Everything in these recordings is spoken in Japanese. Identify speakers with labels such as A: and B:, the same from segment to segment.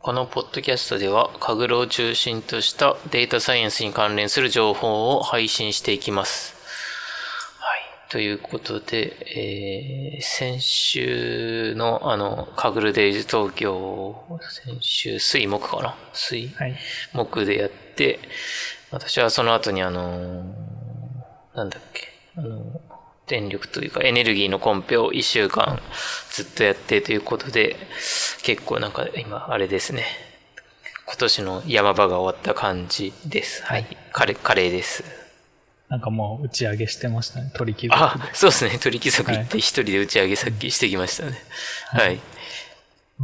A: このポッドキャストでは、カグルを中心としたデータサイエンスに関連する情報を配信していきます。はい。ということで、えー先週の、あの、カグルデイズ東京、先週、水木かな水、
B: はい。
A: 木でやって、私はその後にあのーなんだっけ、あのー電力というかエネルギーのコンペを1週間ずっとやってということで、結構なんか今、あれですね。今年の山場が終わった感じです。はい。カレー、カレーです。
B: なんかもう打ち上げしてましたね。取り切り。
A: あ、そうですね。取引先行って一人で打ち上げさっきしてきましたね。はい。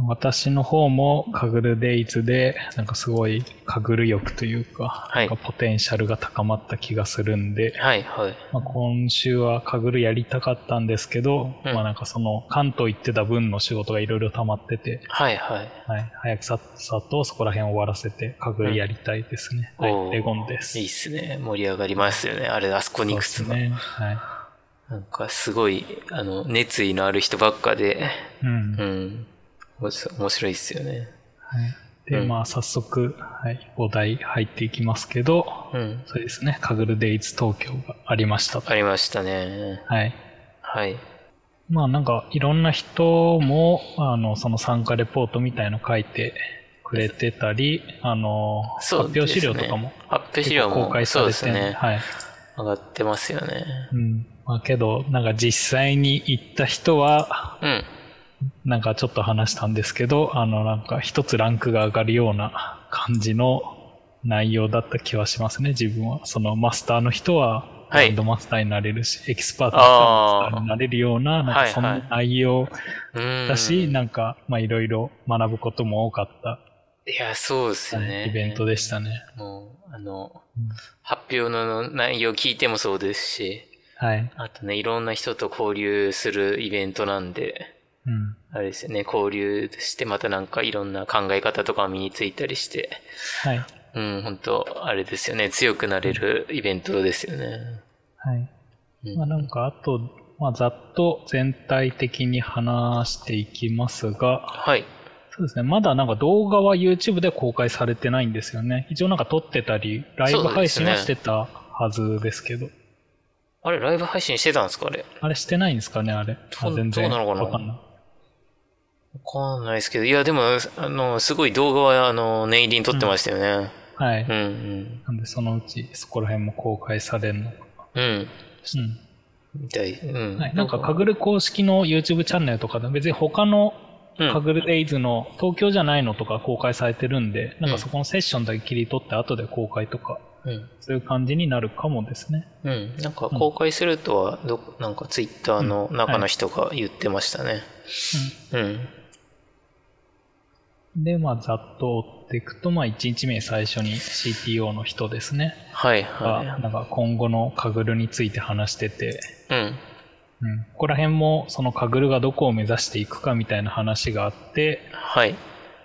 B: 私の方もカグルデイズで、なんかすごいカグル欲というか、
A: はい
B: なんかポテンシャルが高まった気がするんで、
A: はい、はい。
B: まあ、今週はカグルやりたかったんですけど、
A: うん
B: まあなんかその関東行ってた分の仕事がいろいろ溜まってて、
A: はい、はい。
B: はい、早くさっさとそこら辺終わらせて、カグルやりたいですね。
A: うんお
B: は
A: ー
B: い、レゴンです。
A: いいっすね。盛り上がりますよね。あれ、あそこに
B: そう
A: 行
B: で
A: くと
B: す。ね。はい。
A: なんかすごい、あの、熱意のある人ばっかで、
B: うん。
A: う
B: はい、
A: ん。面白面白いっすよね。
B: で、
A: うん
B: まあ早速、はい、お題入っていきますけど、
A: うん。
B: そうですね。カグルデイズ東京がありましたと。
A: ありましたね。
B: はい。
A: はい。
B: まあなんかいろんな人も、あの、その参加レポートみたいの書いてくれてたり、あの、発
A: そうですね
B: 表資料とかも
A: 発表資
B: 結
A: 料
B: 構
A: も
B: 公開
A: そ
B: さ
A: う
B: れ
A: で
B: て
A: すね。
B: はい。
A: 上がってますよね。
B: うん。まあけど、なんか実際に行った人は、
A: うん。
B: なんかちょっと話したんですけど、あのなんか一つランクが上がるような感じの内容だった気はしますね、自分は。そのマスターの人は、
A: は
B: ラ
A: い
B: ンドマスターになれるし、エキスパートの人はマスターになれるような、なんかそん
A: はい
B: な
A: はい
B: 内容
A: うん。
B: だし、なんか、まあいろいろ学ぶことも多かった、
A: いや、そうです
B: はい
A: ね。
B: イベントでしたね。
A: もう、あの、
B: うん
A: 発表の内容聞いてもそうですし、
B: はい。
A: あとね、いろんな人と交流するイベントなんで、
B: うん。
A: あれですよね、交流してまたなんかいろんな考え方とか身についたりして、
B: はい。
A: うん、本当あれですよね。強くなれるイベントですよね。
B: はい。
A: うん
B: まあなんかあと、まあざっと全体的に話していきますが、
A: はい。
B: そうですね。まだなんか動画は YouTube で公開されてないんですよね。一応なんか撮ってたり、ライブ配信は
A: そう
B: し
A: で
B: てたはずですけど。
A: あれ、ライブ配信してたんですかあれ。
B: あれしてないんですかね、あれ。
A: ど
B: あ
A: う
B: 全然。
A: どうなのかな
B: わかんない。
A: わかんないですけど。いや、でも、あの、すごい動画は、あの、念入りに撮ってましたよね。
B: はい。
A: うん、うん、
B: なんでそのうちそこら辺も公開されるのか。
A: うん。
B: うん。
A: みたい。うん。
B: はい、なんか、かぐる公式の YouTube チャンネルとかで、別に他の
A: うん
B: かぐるデイズの東京じゃないのとか公開されてるんで、なん
A: うん
B: かそこのセッションだけ切り取って後で公開とか、
A: うん。
B: そういう感じになるかもですね。
A: うん。なんか、公開するとは、ど、なんか、ツイッターの中の人が言ってましたね。うん。
B: うん、で、まあ、ざっと追っていくと、まあ、1日目最初に CTO の人ですね。
A: はい、
B: が
A: は
B: なんか今後のかぐるについて話してて、
A: い。うん。
B: うん、ここら辺もそのかぐるがどこを目指していくかみたいな話があって、
A: はい。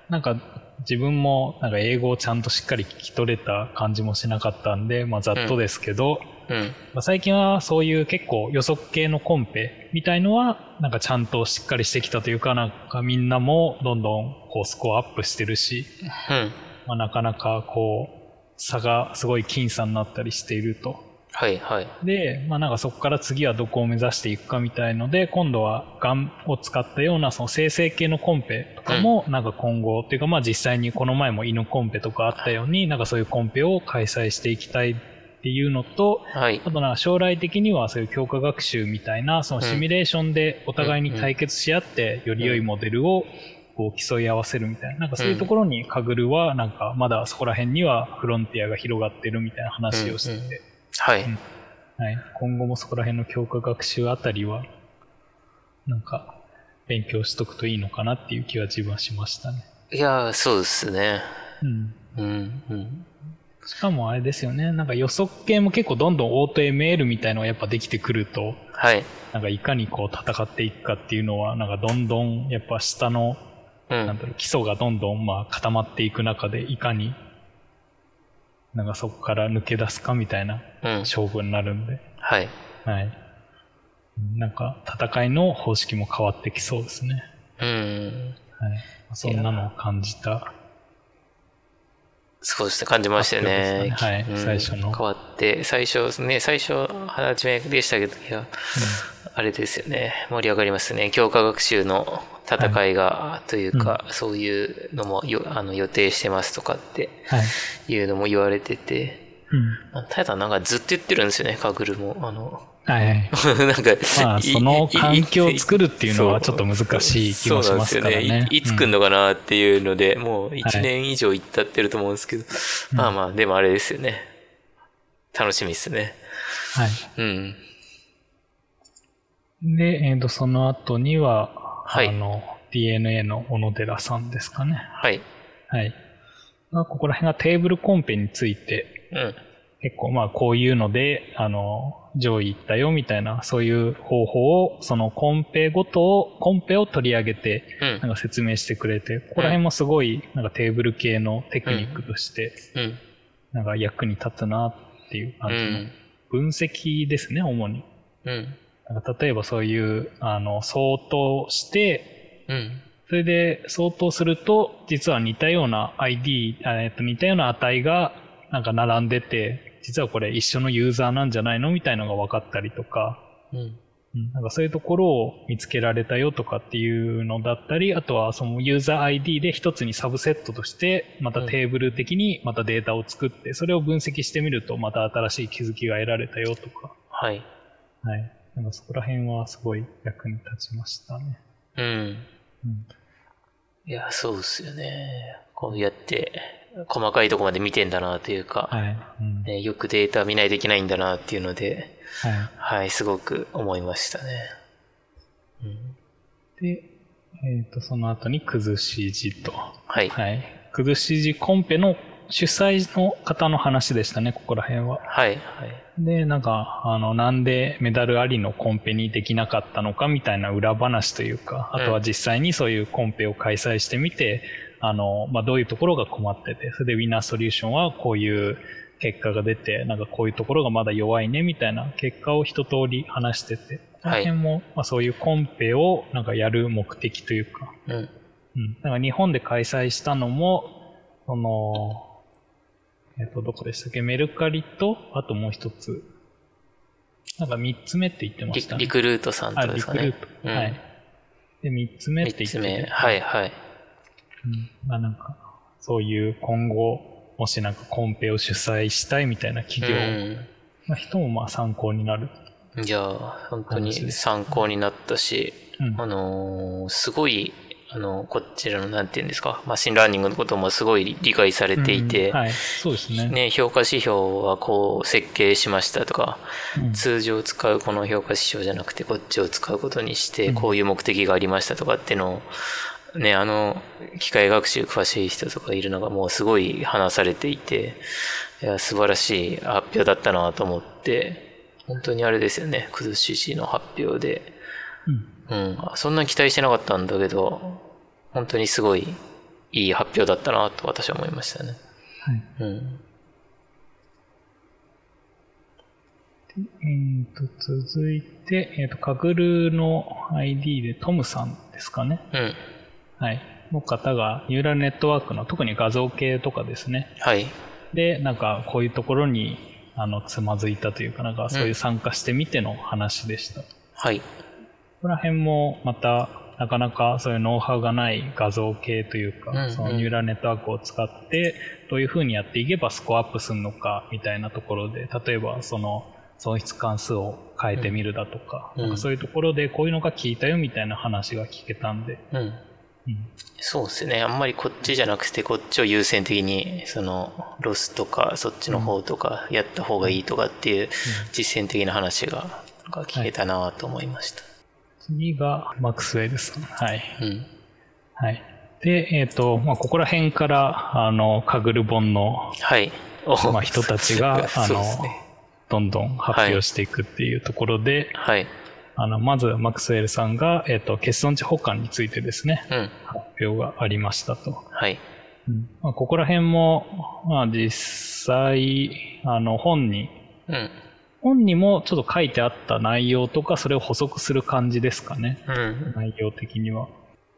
B: なんか自分もなんか英語をちゃんとしっかり聞き取れた感じもしなかったんで、まあ、ざっとですけど、
A: うん。
B: まあ最近はそういう結構予測系のコンペみたいのはなんかちゃんとしっかりしてきたというかなんかみんなもどんどんこうスコアアップしてるし、
A: うん。
B: まあ、なかなかこう差がすごい僅差になったりしていると。
A: はい、はい。
B: で、まあ、なんかそこから次はどこを目指していくかみたいので今度は GAN を使ったようなその生成系のコンペとかもなんか今後、っていうかまあ実際にこの前も犬コンペとかあったようになんかそういうコンペを開催していきたいっていうのと
A: はい。
B: あとなんか将来的にはそういう強化学習みたいなそのシミュレーションでお互いに対決し合ってより良いモデルをこう競い合わせるみたいななんかそういうところにカグルはなんかまだそこら辺にはフロンティアが広がってるみたいな話をしてて。
A: はい。
B: はい、今後もそこら辺の強化学習あたりは、なんか、勉強しとくといいのかなっていう気は自分はしましたね。
A: いやー、そうですね。
B: うん。
A: うん、うん。
B: しかもあれですよね、なんか予測系も結構どんどんオート ML みたいのがやっぱできてくると、
A: はい。
B: なんかいかにこう戦っていくかっていうのは、なんかどんどんやっぱ下の、
A: う
B: なん
A: ん。
B: だろう、基礎がどんどんまあ固まっていく中で、いかに、なんかそこから抜け出すかみたいな
A: うん。
B: 勝負になるんで。
A: はい。
B: はい。なんか、戦いの方式も変わってきそうですね。
A: うん。
B: はい。そんなのを感じた
A: そうですね、感じましたよね。
B: 発表で
A: うん
B: すかねはい最初の
A: 変わって、最初、ね、最初、初めでしたけど、いや、あれですよね、盛り上がりますね。強化学習の戦いが、というか、そういうのもよあの予定してますとかって
B: はい。
A: いうのも言われてて、
B: うん。
A: ただなんかずっと言ってるんですよね、カグルも。あの、
B: はいはい。
A: なんか、
B: まあ、
A: い
B: その環境を作るっていうのは
A: そ
B: ちょっと難しい気もしますから
A: そうなん
B: ね
A: ですよ。ね。いいつ来
B: うんん
A: のかなっていうので、もう1年以上行ったってると思うんですけど、まあまあ、でもあれですよね。楽しみですね。
B: はい。
A: うん。
B: で、えーと、その後には、
A: はい
B: あの、DNA の小野寺さんですかね。
A: はい。
B: はい。まあここら辺がテーブルコンペについて、
A: うん。
B: 結構まあこういうので、あの、上位行ったよみたいな、そういう方法を、そのコンペごとを、コンペを取り上げて、
A: うん
B: な。んか説明してくれて、ここら辺もすごい、なんかテーブル系のテクニックとして、
A: うん。
B: なんか役に立つなっていう
A: う
B: 感じの
A: ん。
B: 分析ですね、主に。
A: うん。
B: なんか例えばそういう、あの、相当して、
A: うん。
B: それで相当すると、実は似たような ID、あえっと、似たような値がなんか並んでて、実はこれ一緒のユーザーなんじゃないのみたいのが分かったりとか、
A: うん。
B: うんなんかそういうところを見つけられたよとかっていうのだったり、あとはそのユーザー ID で一つにサブセットとして、またテーブル的にまたデータを作って、それを分析してみると、また新しい気づきが得られたよとか、
A: はい。
B: はい。なんかそこら辺はすごい役に立ちましたね。
A: うん。
B: うん
A: いや、そうですよね。こうやって、細かいとこまで見てんだなというか、
B: はい。うん
A: ね、よくデータ見ないといけないんだなっていうので、
B: はい
A: はい、すごく思いましたね。うん、
B: で、えー、とその後に崩し字と、
A: はい。
B: はい、崩し字コンペの主催の方の話でしたねここら辺は
A: はい。はい。
B: でなんかあのなんでメダルありのコンペにできなかったのかみたいな裏話というかあとは実際にそういうコンペを開催してみて、あのまあ、どういうところが困っててそれでウィナーソリューションはこういう結果が出てなんかこういうところがまだ弱いねみたいな結果を一通り話しててこの辺も、まあ、そういうコンペをなんかやる目的というか
A: うん。
B: うん、なんか日本で開催したのも、その、えっ、と、どこでしたっけメルカリと、あともう一つ。なんか三つ目って言ってま
A: リ
B: したね。
A: リクルートさん
B: あ、
A: とで
B: リ
A: すか
B: クルー
A: ね。
B: ト。
A: うん
B: はい。で、三つ目って
A: 3
B: 言って
A: つ
B: て
A: 目。はいはい。
B: うんまあなんか、そういう今後、もしなんかコンペを主催したいみたいな企業
A: う
B: の人もまあ参考になる。
A: ん。じゃあ、本当
B: 楽しい
A: に
B: です
A: 参考になったし、
B: うん
A: あのーすごい、あの、こちらの、なんていうんですか、マシンラーニングのこともすごい理解されていて、
B: うんはい。そうですね。
A: ね、評価指標はこう設計しましたとか、
B: うん
A: 通常使うこの評価指標じゃなくてこっちを使うことにし
B: う
A: て
B: ん
A: こういう目的がありましたとかっていうのをねあの機械学習詳しい人とかいるのがもうすごい話されていていや素晴らしい発表だったなと思って本当にあれですよね「くずしじ」の発表で、
B: うん
A: うん、あそんなに期待してなかったんだけど本当にすごいいい発表だったなと私は思いましたね。
B: はい
A: うん
B: えー、と続いて、えー、とカグルの ID でトムさんですかね、
A: うん、
B: はい、の方がニューラルネットワークの特に画像系とかですね
A: はい、
B: でなんかこういうところにあのつまずいたというかなんかそういう参加してみての話でした、こ
A: はい、
B: こら辺もまたなかなかそういうノウハウがない画像系というか、
A: うんうん
B: そのニューラルネットワークを使ってどういうふうにやっていけばスコアアップするのかみたいなところで例えばその損失関数を変えてみるだとか,、
A: うん
B: なんかそういうところでこういうのが効いたよみたいな話が聞けたんで、
A: うん
B: うん
A: そうですね。あんまりこっちじゃなくて、こっちを優先的に、その、ロスとか、そっちの方とか、やった方がいいとかっていう、実践的な話が、なんか聞けたなと思いました。
B: 次がマックスウェルさんはい
A: うん。
B: はいでえっ、と、まあ、ここら辺からあのカグル本の
A: はい。お
B: まあ人たち があ
A: そう
B: の
A: ですね。
B: どんどん発表していくっていうところで、
A: はい。
B: あのまずマクスウェルさんが、えっと欠損値保管についてですね
A: うん。
B: 発表がありましたと、
A: はい。
B: まあ、ここら辺も、まあ、実際あの本に
A: うん。
B: 本にもちょっと書いてあった内容とかそれを補足する感じですかね
A: うん。
B: 内容的には、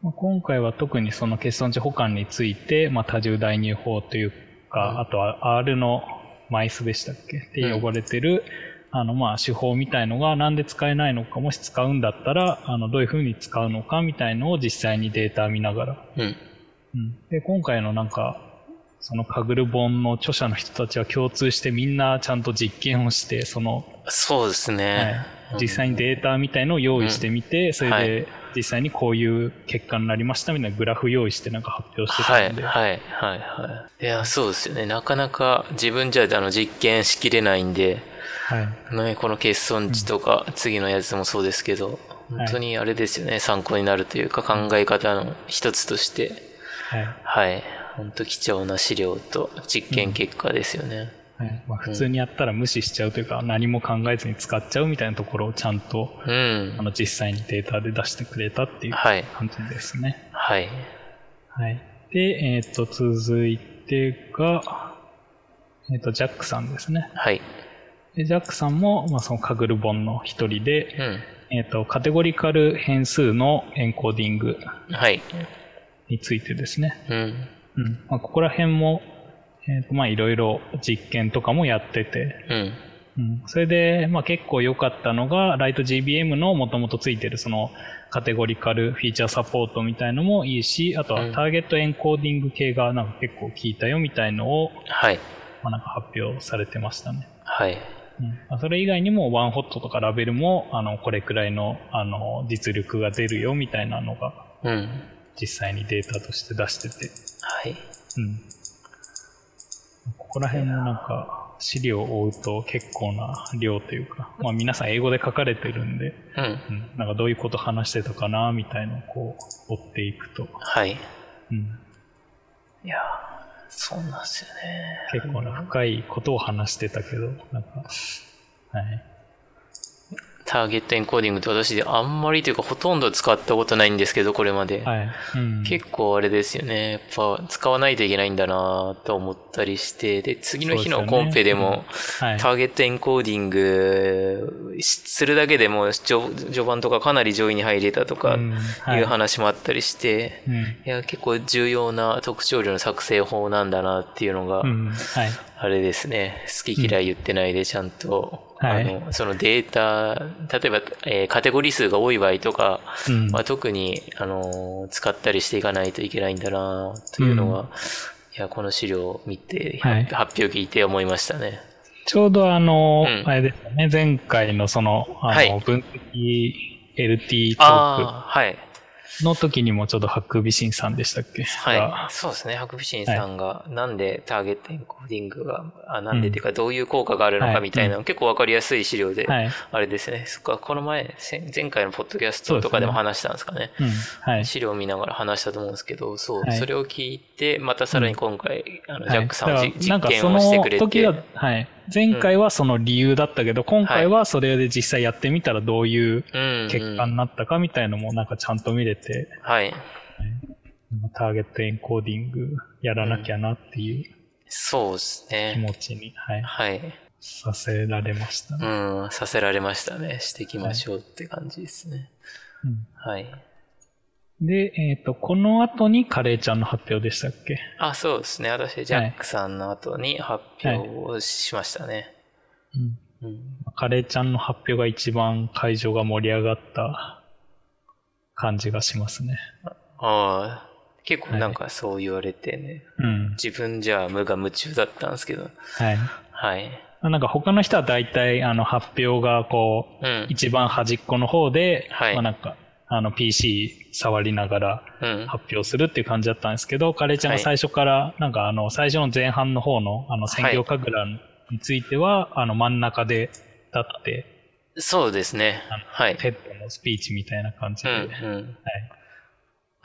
B: まあ今回は特にその欠損値保管について、まあ、多重代入法というか、あとは R のマイスでしたっけって呼ばれてる、あのまあ手法みたいのがなんで使えないのかもし使うんだったらあのどういうふうに使うのかみたいのを実際にデータ見ながら、
A: うん。
B: うん、で今回のなんかそのカグル本の著者の人たちは共通してみんなちゃんと実験をしてその
A: そうですね。
B: はい、 実際にデータみたいのを用意してみて、それ
A: は
B: で実際にこういう結果になりましたみたいなグラフ用意してなんか発表して
A: は
B: た
A: い、
B: んで、
A: はい、はい、はい。いや、そうですよね。なかなか自分じゃあの実験しきれないんで、
B: はい
A: ね、この欠損値とか、次のやつもそうですけど、本当にあれですよね、参考になるというか考え方の一つとして、
B: はい
A: はい、本当貴重な資料と実験結果ですよね。
B: はいまあ、普通にやったら無視しちゃうというか、何も考えずに使っちゃうみたいなところをちゃんと
A: うん。
B: あの実際にデータで出してくれたっていう
A: はい、
B: 感じですね。
A: はい。
B: はい、で、えっと続いてが、えっとジャックさんですね。
A: はい。
B: でジャックさんも、まあ、そのカグル本の一人で、
A: う
B: えっとカテゴリカル変数のエンコーディング
A: ん。はい。
B: についてですね、
A: うん。
B: うんまあ、ここら辺も、えーとまあ、いろいろ実験とかもやってて、
A: うん。
B: うん、それで、まあ、結構良かったのが LightGBM のもともとついてるそのカテゴリカルフィーチャーサポートみたいのもいいしあと
A: う
B: は
A: ん
B: ターゲットエンコーディング系がなんか結構効いたよみたいのを、
A: はい。
B: まあ、なんか発表されてましたね。
A: はい。
B: うんまあそれ以外にもワンホットとかラベルもあのこれくらいのあの実力が出るよみたいなのが
A: うん。
B: 実際にデータとして出してて、
A: はい。
B: うん、ここら辺もなんか資料を追うと結構な量というか、まあ、皆さん英語で書かれてるんで、
A: うん。
B: うん、なんかどういうこと話してたかなみたいのをこう追っていくと、
A: はい。
B: うん、
A: いやーそうなんですよね。
B: 結構な深いことを話してたけどなんか、はい
A: ターゲットエンコーディングって私であんまりというかほとんど使ったことないんですけど、これまで。
B: はいうん、
A: 結構あれですよね。やっぱ使わないといけないんだなと思ったりして、で、次の日
B: そ
A: の
B: うですよ
A: コ
B: ね
A: ンペでも、
B: はい
A: ターゲットエンコーディングしするだけでも、序序盤とかかなり上位に入れたとか、
B: うんはい
A: いう話もあったりして、
B: うん
A: いや、結構重要な特徴量の作成法なんだなっていうのが、
B: うんはい
A: あれですね、好き嫌い言ってないで、ちゃんと、
B: はい
A: あのそのデータ、例えば、えーカテゴリ数が多い場合とか
B: うん
A: は特に、あのー使ったりしていかないといけないんだなというのは、
B: う
A: いやこの資料を見て、
B: はい
A: 発表聞いて思いましたね。
B: ちょうどあの、
A: うん
B: あれですよね、前回のその、あ
A: はい
B: の、分析 LT トー
A: ああ、はい。
B: クの時にもちょっとハックビシンさんでしたっけ
A: は
B: が
A: い。そうですね。ハクビシンさんが、なんでターゲットエンコーディングが、あなんでっていうか、どういう効果があるの
B: は
A: か
B: い
A: みたいなの、結構わかりやすい資料で、
B: はい。
A: あれですね。そっか、この前、せん前回のポッドキャストとかでも話したんですかね。
B: うん。はい。
A: 資料を見ながら話したと思うんですけど、そう、
B: はい
A: それを聞いて、またさらに今回、あのジャックさんを
B: は
A: じ、
B: いだ
A: 実
B: から
A: 験をしてくれ
B: なんかその時
A: て、
B: は、はい。前回はその理由だったけど、今回はそれで実際やってみたらどういう
A: うん、
B: 結果
A: うん
B: になったかみたいのもなんかちゃんと見れて、
A: はい。
B: ターゲットエンコーディングやらなきゃなっていう
A: そうです
B: 気
A: ね。
B: 持ちに、はい、
A: はい。
B: させられましたね。
A: うん、させられましたね。していきましょうって感じですね。
B: うん
A: はい。
B: で、えっ、と、この後にカレーちゃんの発表でしたっけ
A: あ、そうですね。私、ジャックさんの後に発表をしましたね。
B: うん。
A: うん
B: カレーちゃんの発表が一番会場が盛り上がった感じがしますね。
A: ああ、結構なんかそう言われてね。
B: うん。
A: 自分じゃ無我夢中だったんですけど。
B: はい。
A: はい。
B: なんか他の人は大体、あの、発表がこう、
A: うん。
B: 一番端っこの方で、
A: はい
B: まあなんか、あの、PC 触りながら
A: うん。
B: 発表するっていう感じだったんですけど、カレーちゃんが最初から、なんかあの、最初の前半の方の、あの、専業神楽については、あの、真ん中で立って、
A: そうですね
B: あの。
A: はい。
B: テッドのスピーチみたいな感じ
A: うん
B: で、
A: うん。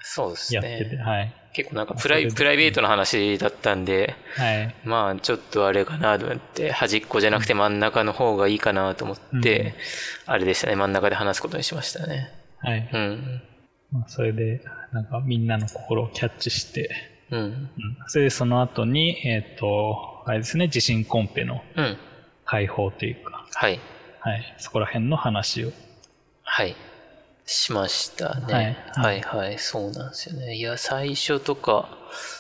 A: そうです
B: やってて、
A: ね。
B: はい。
A: 結構なんか
B: まあ
A: プラ
B: それ
A: イ
B: で
A: プライベートの話だったんで、
B: はい。
A: まあちょっとあれかなと思って、端っこじゃなくて真ん中の方がいいかなと思って、あれでしたね。真ん中で話すことにしましたね。
B: はい。
A: うん。
B: まあ、それで、なんかみんなの心をキャッチして、
A: うん。
B: うん、それでその後に、えっ、と、あれですね、地震コンペの
A: うん。
B: 解放というか、
A: はい。
B: はい。そこら辺の話を。
A: はい。しましたね。は、
B: はい
A: はい、そうなんですよね。いや、最初とか、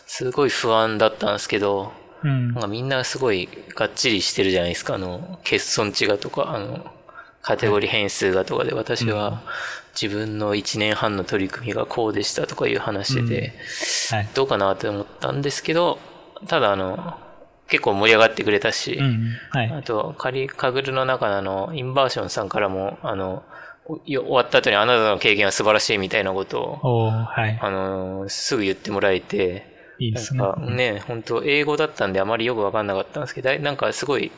A: すごい不安だったんですけど、
B: うん
A: なん。かみんなすごいがっちりしてるじゃないですか。あの、欠損値がとか、あの、カテゴリー変数がとかで、私は自分の1年半の取り組みがこうでしたとかいう話で、
B: はい。
A: どうかなって思ったんですけど、ただあの、結構盛り上がってくれたし、
B: うん。はい。
A: あと、カリカグルの中のあの、インバーションさんからも、あの、およ終わった後にあなたの経験は素晴らしいみたいなことを、
B: おーはい。
A: あの、すぐ言ってもらえて、
B: いいで
A: なん
B: すね。
A: かね、本当英語だったんであまりよくわかんなかったんですけど、だいなんかすごい、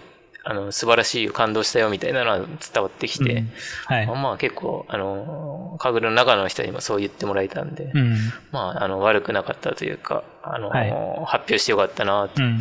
A: あの、素晴らしいよ、感動したよみたいなのは伝わってきて、
B: うんはい
A: まあ。まあ結構、あの、カグルの中の人にもそう言ってもらえたんで、
B: うん。
A: まあ、あの、悪くなかったというか、あの、
B: はい
A: 発表してよかったな、
B: う
A: と
B: ん。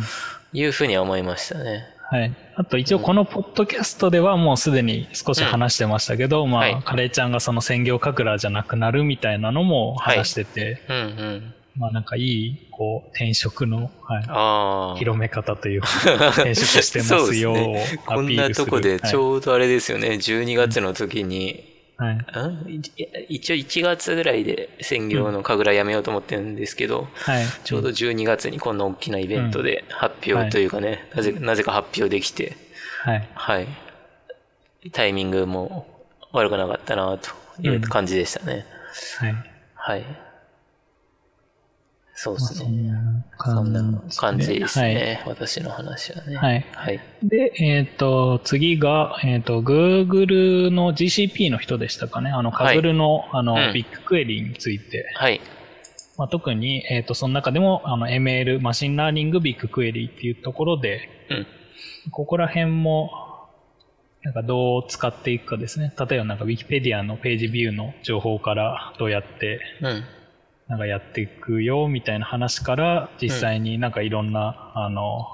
A: いうふうには思いましたね。
B: はい。あと一応このポッドキャストではもうすでに少し話してましたけど、ま
A: は
B: あ、
A: い
B: カレーちゃんがその専業カクラじゃなくなるみたいなのも話してて、
A: うんうん。
B: まあなんかいい、こう、転職の、はい、
A: ああ。
B: 広め方と いうか、転職してますよを
A: そうですね、こ
B: ア
A: ん
B: ピー
A: な
B: ルす
A: と
B: る。
A: こでちょうどあれですよね、12月の時に、
B: はい。はい。
A: んい一応1月ぐらいで専業の神楽やめようと思ってるんですけど、
B: はい
A: ちょうど12月にこんな大きなイベントで発表というかね、なぜなぜか発表できて、
B: はい。
A: はい。タイミングも悪くなかったなという感じでしたね。
B: はい。
A: はい。そうで
B: まあ
A: す
B: そ
A: ね。
B: んな
A: そんな
B: 感じ。
A: 感じですね、私の話はね。
B: はい。はい。
A: はい。
B: で、えっ、と、次が、えっ、と、Google の GCP の人でしたかね。あの、
A: はい
B: Google の、あの、
A: うん
B: ビッグクエリについて。
A: はい。
B: まあ、特に、えっ、と、その中でも、あの、ML、マシンラーニングビッグクエリっていうところで、
A: うん。
B: ここら辺も、なんかどう使っていくかですね。例えばなんか Wikipedia のページビューの情報からどうやって
A: うん。
B: なんかやっていくよみたいな話から実際になんかいろんな、あの、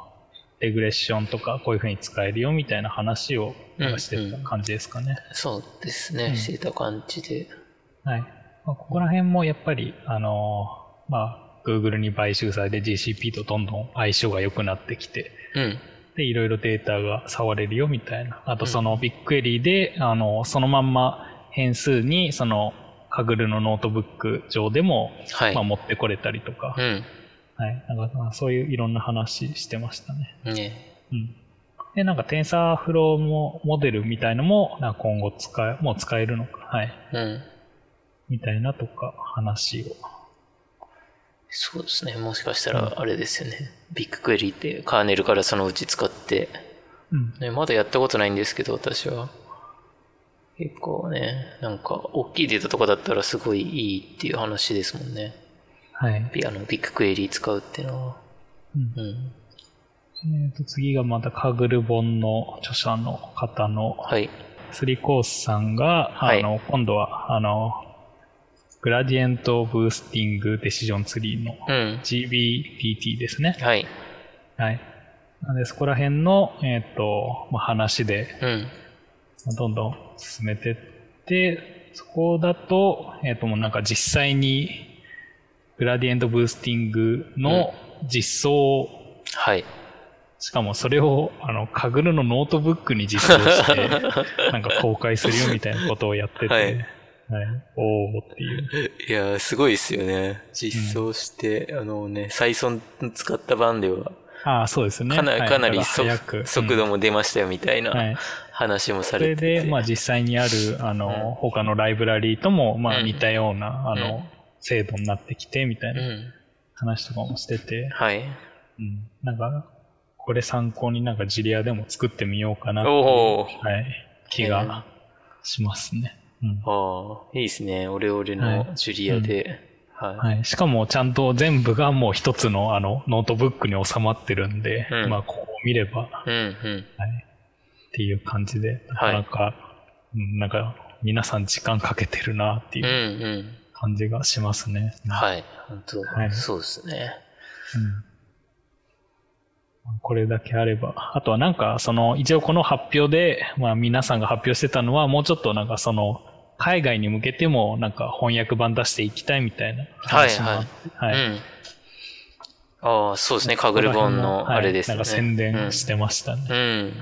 B: レグレッションとかこういうふうに使えるよみたいな話をなんかしてた感じですかね。
A: そうですね、
B: うん
A: してた感じで。
B: はい。まあ、ここら辺もやっぱり、あの、まあ、Google に買収されて GCP とどんどん相性が良くなってきて、
A: うん。
B: で、いろいろデータが触れるよみたいな。あと、そのビッグエリーで、あの、そのまんま変数に、その、カグルのノートブック上でも、
A: はい。
B: まあ、持ってこれたりとか、
A: うん。
B: はい。なんか、まあそういういろんな話してましたね。
A: ね。
B: うん。で、なんか、テンサーフローもモデルみたいのも、なんか今後使え、もう使えるのか、はい。
A: うん。
B: みたいなとか、話を。
A: そうですね。もしかしたら、あれですよね。ビッグクエリってカーネルからそのうち使って、
B: うん。
A: ね、まだやったことないんですけど、私は。結構ね、なんか、大きいデータとかだったらすごいいいっていう話ですもんね。
B: はい。
A: ビあのビッグクエリ使うっていうのは。
B: うん
A: うん。
B: えっ、と、次がまた、カグル本の著者の方の、
A: はい。
B: スリコースさんが、
A: はい
B: あの、今度は、あの、グラディエントブースティングデシジョンツリーの
A: うん。
B: GBDT ですね。
A: はい。
B: はい。なんで、そこら辺の、えっ、と、まあ、話で、
A: うん。
B: まあどんどん進めてって、そこだと、えっ、と、もうなんか実際に、グラディエントブースティングの実装を、
A: はい。
B: しかもそれを、あの、カグルのノートブックに実装 して、なんか公開するよみたいなことをやってて、
A: は
B: はいい、おおっていう。
A: いやー、すごいですよね。実装して、あのね、再存使った版では、
B: ああ、そうですね。
A: かな,、
B: はい
A: かな
B: だ
A: り
B: ら
A: 速
B: 早く。
A: 速度も出ましたよみたい
B: うんは。
A: ない話もさ
B: そ
A: れ
B: れ
A: てて、
B: で、まあ実際にある、あの、他のライブラリーとも、まあ
A: うん
B: 似たような、あ
A: う、
B: の、制度になってきて、みたいうなん話とかもしてて、
A: はい
B: うん。なんか、これ参考になんかジリアでも作ってみようかなっていう、
A: おお
B: はい、気がしますね。うん。
A: ああいいですねオレオレのジュリアで、はい
B: はい、しかもちゃんと全部がもう一つのあのノートブックに収まってるんで、
A: うん
B: まあここを見れば、は
A: うんうん
B: い、っていう感じで、なかなか、うんなんか皆さん時間かけてるなってい
A: うん
B: う
A: う
B: 感じがしますね。
A: んはい本当、
B: はい
A: そうですね
B: うんこれだけあれば。あとはなんか、その、一応この発表で、まあ皆さんが発表してたのは、もうちょっとなんかその、海外に向けてもなんか翻訳版出していきたいみたいな話もあって。はい
A: うんああそうですねカグル本のあれですね、
B: はいなんか宣伝してましたね。
A: うん、うん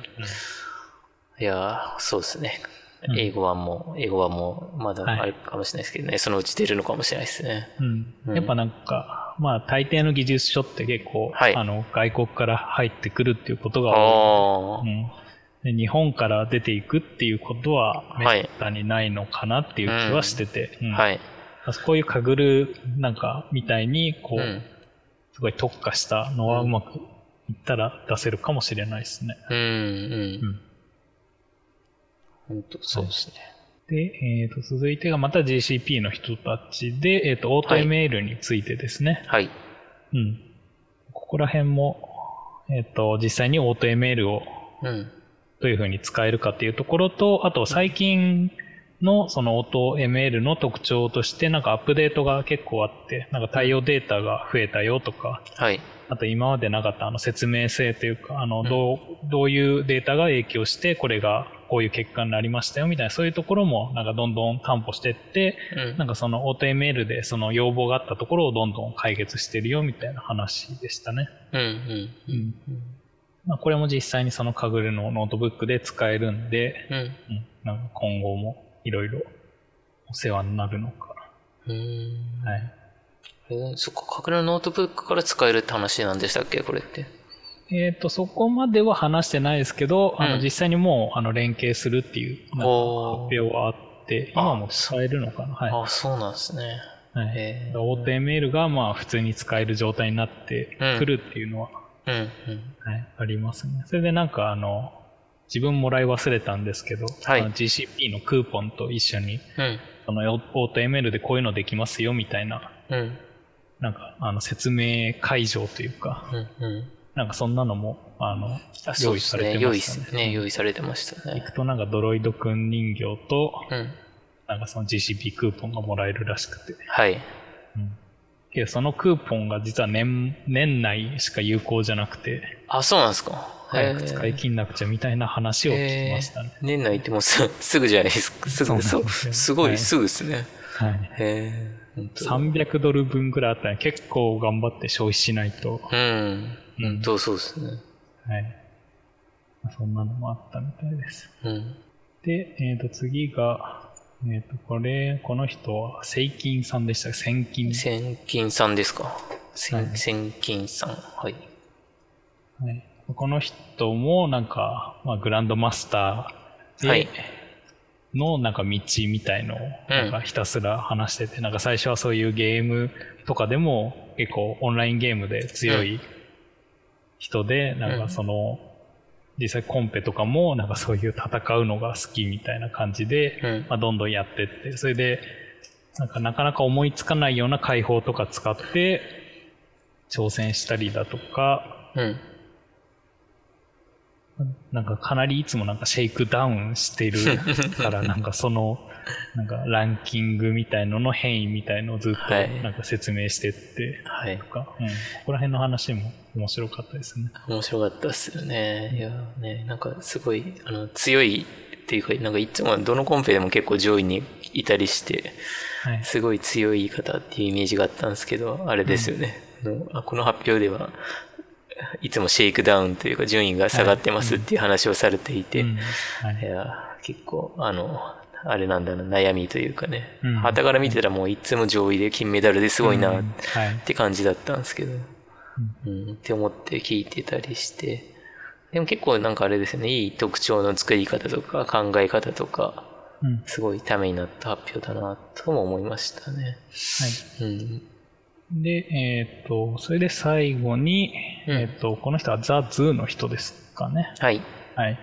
A: いやーそうですね
B: うん
A: 英語版も、英語版も、まだ
B: はい
A: あれかもしれないですけどね、そのうち出るのかもしれないですね。
B: うん
A: うん
B: やっぱなんか、か、まあ、大抵の技術書って結構、
A: はい
B: あの外国から入ってくるっていうことが多
A: あ
B: い、うんで日本から出ていくっていうことは
A: は
B: め
A: い
B: ったにないのかなっていう気はしてて、うん
A: あ。はい。
B: あそこういうかぐるなんかみたいにこ
A: う
B: う、
A: ん。
B: すごい特化したのはうまくいったら出せるかもしれないですね。
A: うん。
B: う
A: うんん。本当そうですね。
B: で、えー、と続いてがまた GCP の人たちで、えー、とオート
A: はい
B: ML についてですね、
A: はい。
B: うん、ここら辺も、えー、と実際にオート ML を
A: うん。
B: どういうふうに使えるかっていうところとあと最近のそのオート ML の特徴としてなんかアップデートが結構あってなんか対応データが増えたよとか
A: はい。
B: あと今までなかったあの説明性というかあのどうどういうデータが影響してこれがこういう結果になりましたよみたいなそういうところもなんかどんどん担保していって
A: うん
B: なんかその AutoML でその要望があったところをどんどん解決してるよみたいな話でしたね、
A: うん。うん。
B: うんまあ、これも実際にそのカグルのノートブックで使えるんで、
A: うん。
B: うん、なんか今後もいろいろお世話になるのか
A: うん。
B: な、はい
A: えーそっか、隠れのノートブックから使えるって話なんでしたっけこれって。
B: えー、とそこまでは話してないですけど、あ
A: う
B: の
A: ん
B: 実際にもうあの連携するっていうなんか発
A: お
B: 表
A: ー
B: はあって、
A: あ
B: 今も使えるのかな、はい
A: あ、そうなんですね。
B: はい、
A: えー
B: オート ML がまあ普通に使える状態になってくるっていうのは、
A: うん、うん。
B: はい、ありますね。それでなんかあの自分もらい忘れたんですけど、
A: はい
B: あの GCP のクーポンと一緒に
A: うん、
B: そのオート ML でこういうのできますよみたいな
A: うん、
B: なんかあの説明会場というか
A: うん、うん。
B: なんかそんなのもあの
A: あそう
B: 用
A: で
B: 意
A: す
B: され
A: ね。
B: て
A: 用
B: ま
A: 意
B: した
A: すね。用意されてました
B: 行
A: ね。
B: くとなんかドロイドくん人形と
A: うん。
B: なんかその GCP クーポンがもらえるらしくて、
A: はい。
B: けどそのクーポンが実は年年内しか有効じゃなくて
A: あ、そうなんですか。
B: 早く使い切んなくちゃみたいな話を聞きましたね、
A: えー年内ってもうす すぐじゃないですか。すぐ、
B: そ
A: そうう。
B: なんですよ
A: すご
B: はい
A: い、すぐですね。
B: はい、
A: へえ。本当だ
B: 300ドル分ぐらいあったら結構頑張って消費しないと、
A: うん。
B: うん
A: どうそうですね。
B: はい、そんなのもあったみたいです
A: うん。
B: で、えー、と次が、えー、とこれこの人はセイキンさんでしたセンキン
A: 千金さんですか。
B: は
A: 千
B: い
A: 千金さん。はい。
B: はい、この人もなんか、まあ、グランドマスターで、
A: はい
B: のなんか道みたいのをなんかひたすら話してて、なんか最初はそういうゲームとかでも結構オンラインゲームで強い人で、なんかその、実際コンペとかもなんかそういう戦うのが好きみたいな感じで、
A: うん
B: まあ、どんどんやってってそれでなんかなかなか思いつかないような解放とか使って挑戦したりだとか
A: うん。
B: なんかかなりいつもなんかシェイクダウンし てるからなんかそのなんかランキングみたいのの変異みたいのをずっ
A: はい
B: となんか説明してって
A: はい
B: と。か、うん、ここら辺の話も面白かったですね。
A: 面白かったっすよね。いやーね、なんかすごい、あの、強いっていうか、なんかいつもどのコンペでも結構上位にいたりして、
B: はい、
A: すごい強い方っていうイメージがあったんですけど、あれですよね。あのあこの発表では、いつもシェイクダウンというか順位が下がってますっていう話をされていて、
B: うん
A: い
B: はい
A: やー結構、あの、あれなんだな、悩みというかね
B: うん。
A: 旗から見てたらもういつも上位で金メダルですごいな
B: う
A: っ
B: んはい
A: って感じだったんですけど、うん、って思って聞いてたりして、でも結構なんかあれですよね、いい特徴の作り方とか考え方とか、
B: うん
A: すごいためになった発表だなとも思いましたね。
B: はい
A: うん。
B: で、えっ、と、それで最後に、
A: うん
B: えっ、と、この人はザ・ズーの人ですかね。
A: はい。
B: はい。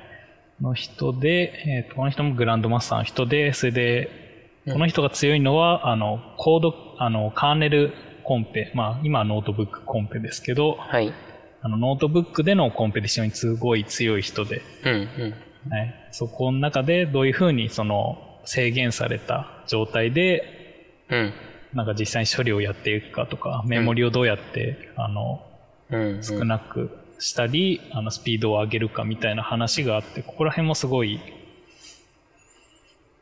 B: の人で、えっ、と、この人もグランドマスターの人で、それで、
A: うん
B: この人が強いのは、あの、コード、あの、カーネルコンペ、まあ、今はノートブックコンペですけど、
A: はい。
B: あの、ノートブックでのコンペで非常にすごい強い人で、
A: うん、うん。
B: はい、そこの中でどういうふうに、その、制限された状態で、
A: うん。
B: なんか実際に処理をやっていくかとか、メモリをどうやって、あの、
A: うん、うん。
B: 少なくしたり、あのスピードを上げるかみたいな話があってここら辺もすごい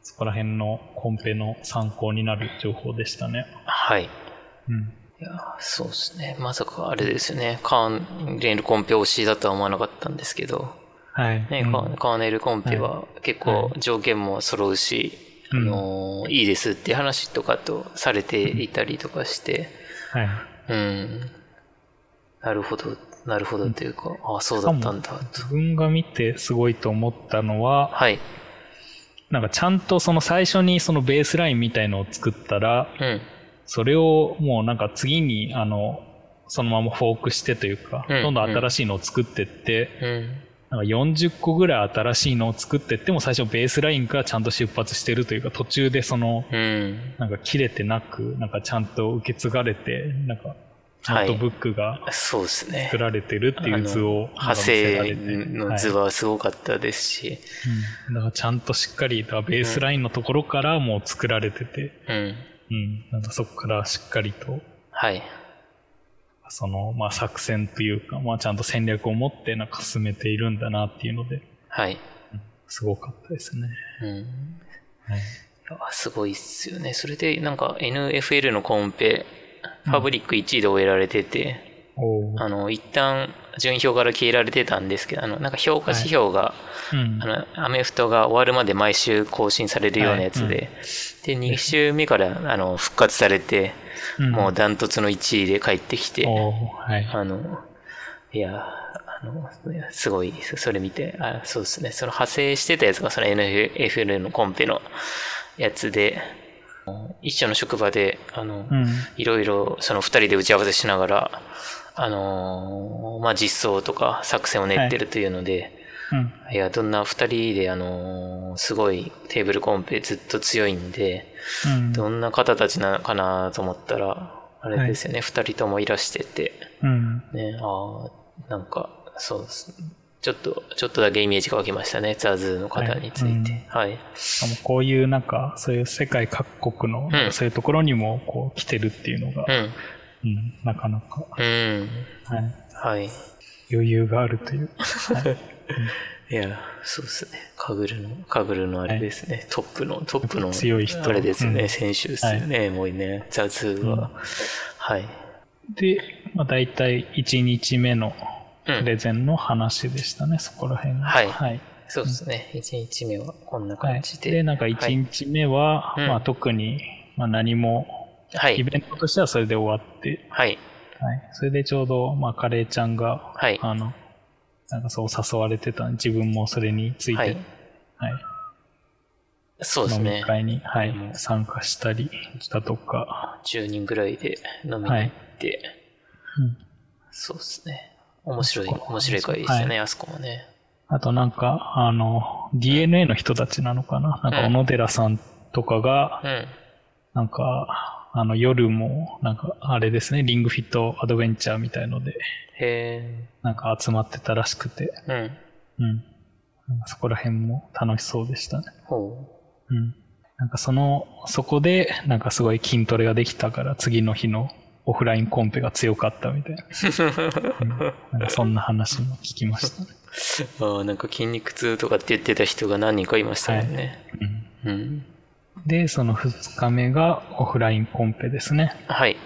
B: そこら辺のコンペの参考になる情報でしたね。
A: はい。
B: うん、
A: いやーそうですね。まさかあれですよね。カーンレールコンペ推しだとは思わなかったんですけど。
B: はい、
A: ね
B: うん
A: カーカーネルコンペは結構条件も揃うし、
B: う
A: あ
B: ん
A: のーいいですって話とかとされていたりとかして、
B: はい、
A: うん。なるほど、なるほどというか、あ、そう
B: し
A: だっ
B: かも
A: たんだ、と。
B: 自分が見てすごいと思ったのは、
A: はい。
B: なんかちゃんとその最初にそのベースラインみたいのを作ったら、
A: うん。
B: それをもうなんか次にあのそのままフォークしてというか、
A: うん
B: どんどん新しいのを作ってって、
A: うん。
B: なんか40個ぐらい新しいのを作ってっても最初ベースラインからちゃんと出発してるというか途中でその
A: うん。
B: なんか切れてなくなんかちゃんと受け継がれてなんかノ
A: は
B: ー
A: い
B: トブックが
A: そうですね
B: 作。られてるっていう図をなんか
A: 派
B: 見せられ
A: 生
B: て、
A: の図はすごかったですし、
B: うん、だからちゃんとしっかりだからベースラインのところからもう作られてて、
A: うん。
B: うん、なんかそこからしっかりと
A: はい。
B: その、まあ、作戦というか、まあ、ちゃんと戦略を持ってなんか進めているんだなっていうので、
A: はい。
B: すごかったですね。
A: うん。
B: はい、
A: いやすごいっすよね。それで、なんか NFL のコンペ、ファブリック1位で終えられてて、
B: おー
A: あの、一旦順位表から消えられてたんですけど、あの、なんか評価指標が、
B: うん、
A: あの、アメフトが終わるまで毎週更新されるようなやつで、
B: はい
A: で、2週目から、あの、復活されて、
B: うん
A: もうダントツの1位で帰ってきて、
B: おーはい。
A: あの、いや、あの、いやすごいです、それ見て、あそうですね、その派生してたやつが、その NFL のコンペのやつで、一緒の職場で、あの、
B: うん、
A: いろいろ、その二人で打ち合わせしながら、あのーまあ、実装とか作戦を練ってるというので、
B: うん、
A: い、や、どんな二人で、あのーすごいテーブルコンペずっと強いんで、
B: うん、
A: どんな方たちなのかなと思ったら、あれですよね、二、人ともいらしてて、
B: うん、
A: ね、ああ、なんか、そうです。ちょっと、ちょっとだけイメージが湧きましたね、ザズーの方について。はい。
B: しかもこういうなんか、そういう世界各国の、
A: うん
B: そういうところにもこう来てるっていうのが、
A: うん。
B: うん、なかなか、
A: うん。
B: はい、
A: はい。い
B: 余裕があるという。
A: や、そうですね。カグルの、カグルのあれですね。トップの、トップの、
B: 強い人
A: あれですね、
B: うん
A: 選手ですよね、もうね、ザズーは。はい。
B: で、まあ、大体1日目の
A: う
B: プレ
A: ん。
B: ゼンの話でしたね、そこら辺が。
A: はい
B: はい
A: そうですね。1日目はこんな
B: は
A: 感
B: い
A: じ、で。
B: で、なんか1日目は、
A: うん
B: まあ、特に、まあ、何も、
A: は
B: イ
A: い。
B: ベントとしてはそれで終わって、
A: はい。
B: はい、それでちょうど、まあ、カレーちゃんが、
A: はい
B: あの、なんかそう誘われてたんで自分もそれについて、
A: は
B: はいい
A: そうです
B: 飲み
A: ね。
B: 会に、はい
A: うん
B: 参加したりだとか、
A: 10人ぐらいで飲みに行って。
B: うん
A: そうですね。面白い、
B: あそこ
A: 面白い回でしたね、あそこもね。
B: あとなんか、あの、DNA の人たちなのかな、なんか小野寺さんとかが、
A: うん。
B: なんか、あの夜も、なんか、あれですね、リングフィットアドベンチャーみたいので、
A: へ
B: なんか集まってたらしくて、
A: え。うん。
B: うん。なんかそこら辺も楽しそうでしたね。
A: ほ
B: うん。なんかその、そこで、なんかすごい筋トレができたから、次の日のオフラインコンペが強かったみた いな。うん、なんかそんな話も聞きましたね。
A: う。ああ、なんか筋肉痛とかって言ってた人が何人かいましたもんね。
B: うん
A: うん。
B: で、その2日目がオフラインコンペですね。
A: はい。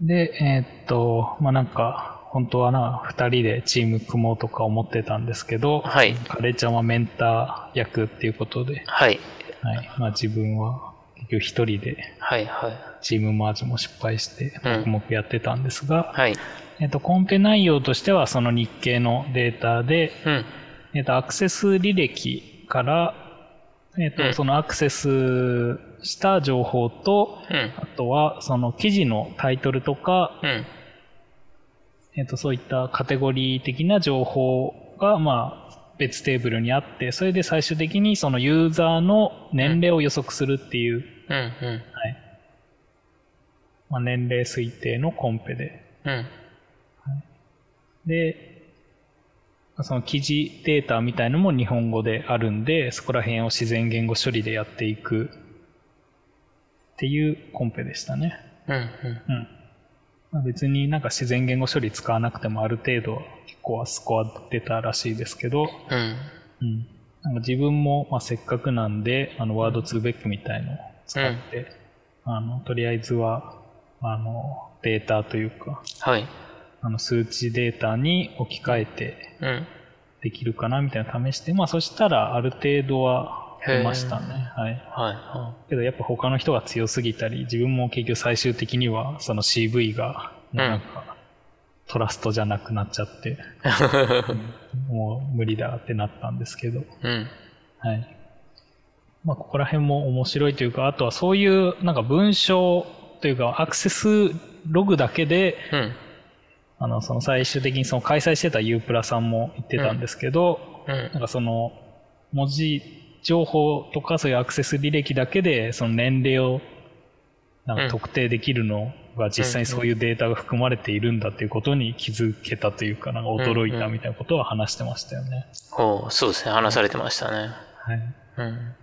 B: で、えーっと、まあ、なんか、本当はな、二人でチーム組もうとか思ってたんですけど、
A: はい
B: カレーちゃんはメンター役っていうことで、
A: はい。
B: はい。まあ、自分は結局一人で
A: はい、はい。
B: チームマージも失敗して、
A: うん
B: 黙々やってたんですが、
A: はい。
B: えーっと、コンペ内容としては、その日経のデータで、
A: うん。
B: えっと、アクセス履歴から、えっと、
A: うん
B: そのアクセスした情報と、
A: うん。
B: あとは、その記事のタイトルとか、
A: うん。
B: えっと、そういったカテゴリー的な情報が、まあ、別テーブルにあって、それで最終的にそのユーザーの年齢を予測するっていう、
A: うん。うん。
B: はい。まあ、年齢推定のコンペで。
A: うん。
B: で、その記事データみたいのも日本語であるんで、そこら辺を自然言語処理でやっていくっていうコンペでしたね。
A: うん。
B: うん。まあ、別になんか自然言語処理使わなくてもある程度結構はスコア出たらしいですけど、
A: うん。
B: うん。なんか自分もまあせっかくなんで、あのワードツーベックみたいのを使って、あの、とりあえずは、あの、データというか、
A: はい。
B: あの数値データに置き換えて
A: うん。
B: できるかなみたいなの試して、まあそしたらある程度は出ましたね。はい。
A: は
B: けどやっぱ他の人が強すぎたり、自分も結局最終的にはその CV がもうなんか、トラストじゃなくなっちゃって、もう無理だってなったんですけど。
A: うん。
B: はい。まあ、ここら辺も面白いというか、あとはそういう、なんか文章というか、アクセスログだけで、
A: うん。
B: あの、その最終的にその開催してたユープラさんも言ってたんですけど、
A: うん
B: なんかその、文字情報とかそういうアクセス履歴だけで、その年齢を、なん
A: う
B: か
A: ん
B: 特定できるのが実際にそういうデータが含まれているんだっていうことに気づけたというか、なんか驚いたみたいなことは話してましたよね。
A: おうそうですね。話されてましたね。
B: はい。
A: うん。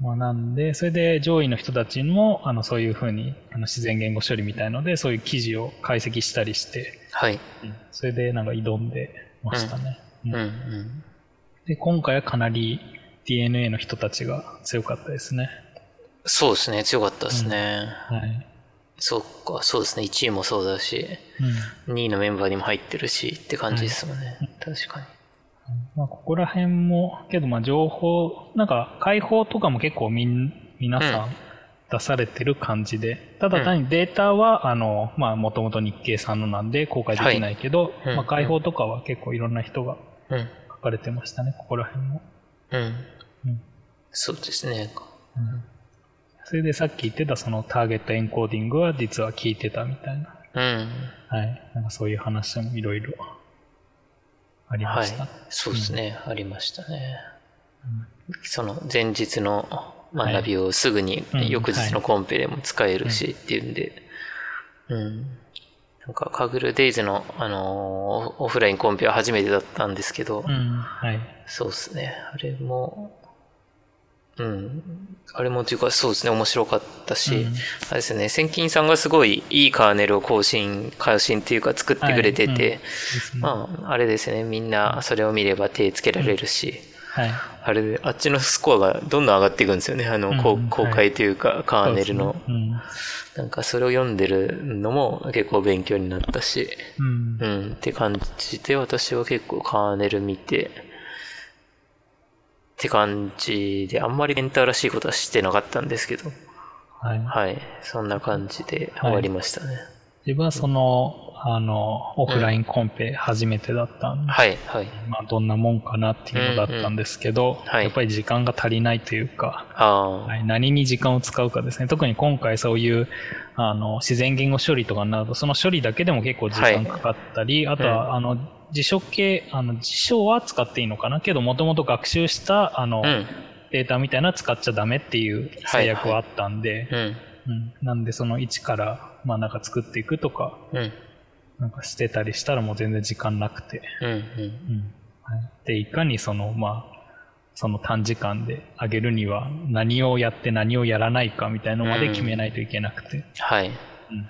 B: まあ、なんで、それで上位の人たちも、あの、そういうふうに、あの、自然言語処理みたいので、そういう記事を解析したりして、
A: はい。
B: それでなんか挑んでましたね。
A: うん。う
B: うん
A: ん。
B: で、今回はかなり DNA の人たちが強かったですね。
A: そうですね。強かったですね。
B: はい。
A: そっか、そうですね。1位もそうだし、
B: うん。
A: 2位のメンバーにも入ってるしって感じですもんね。確かに。
B: まあ、ここら辺も、けど、まあ、情報、なんか、解放とかも結構みん、皆さ
A: うん
B: 出されてる感じで、ただ単にデータは、あの、まあ、もともと日経さんのなんで公開できないけど、
A: うん
B: まあ、解放とかは結構いろんな人が
A: うん。
B: 書かれてましたね、ここら辺も。
A: うん。
B: うん
A: そうですね。
B: それでさっき言ってたそのターゲットエンコーディングは実は効いてたみたいな。
A: うん。
B: はい。なんかそういう話もいろいろありま
A: はい
B: した。。
A: そうですね。ありましたね。その前日の学びをすぐに
B: はいうん
A: 翌日のコンペでも使えるしっていうんで、うん。なんか、カグルデイズの、あのーオフラインコンペは初めてだったんですけど、
B: うん。はい。
A: そうですね。あれも、うん。あれもというか、そうですね、面白かったし、
B: うん
A: あれですね、千金さんがすごいいいカーネルを更新、更新っていうか作ってくれてて、
B: はいうんですね。
A: まあ、あれですね、みんなそれを見れば手つけられるし、
B: はい。
A: あれで、あっちのスコアがどんどん上がっていくんですよね、あの、こう
B: うん
A: 公
B: は
A: 開というか、カーネルの。
B: そうですね
A: なんかそれを読んでるのも結構勉強になったし、
B: うん。うん
A: うん、って感じで、私は結構カーネル見て、って感じで、あんまりエンターらしいことはしてなかったんですけど、
B: はい。
A: はい、そんな感じで終わりましたね。
B: 自分はその、あの、オフラインコンペ初めてだったんで、
A: はい、はい。
B: まあ、どんなもんかなっていうのだったんですけど、
A: はい
B: やっぱり時間が足りないというか、
A: ああ、
B: はい、何に時間を使うかですね。特に今回そういうあの自然言語処理とかになると、その処理だけでも結構時間かかったり、あとは、あの辞書系、あの辞書は使っていいのかなけど、もともと学習したあの、
A: うん、
B: データみたいなのは使っちゃダメっていう制約はあったんで、
A: うん、
B: うん、なんでその一から、まあ、なんか作っていくとか、
A: うん、
B: なんかしてたりしたらもう全然時間なくて。
A: うん、うん。
B: うんはい、でいかにそのまあその短時間で上げるには何をやって何をやらないかみたいのまで決めないといけなくて、
A: はい。
B: うん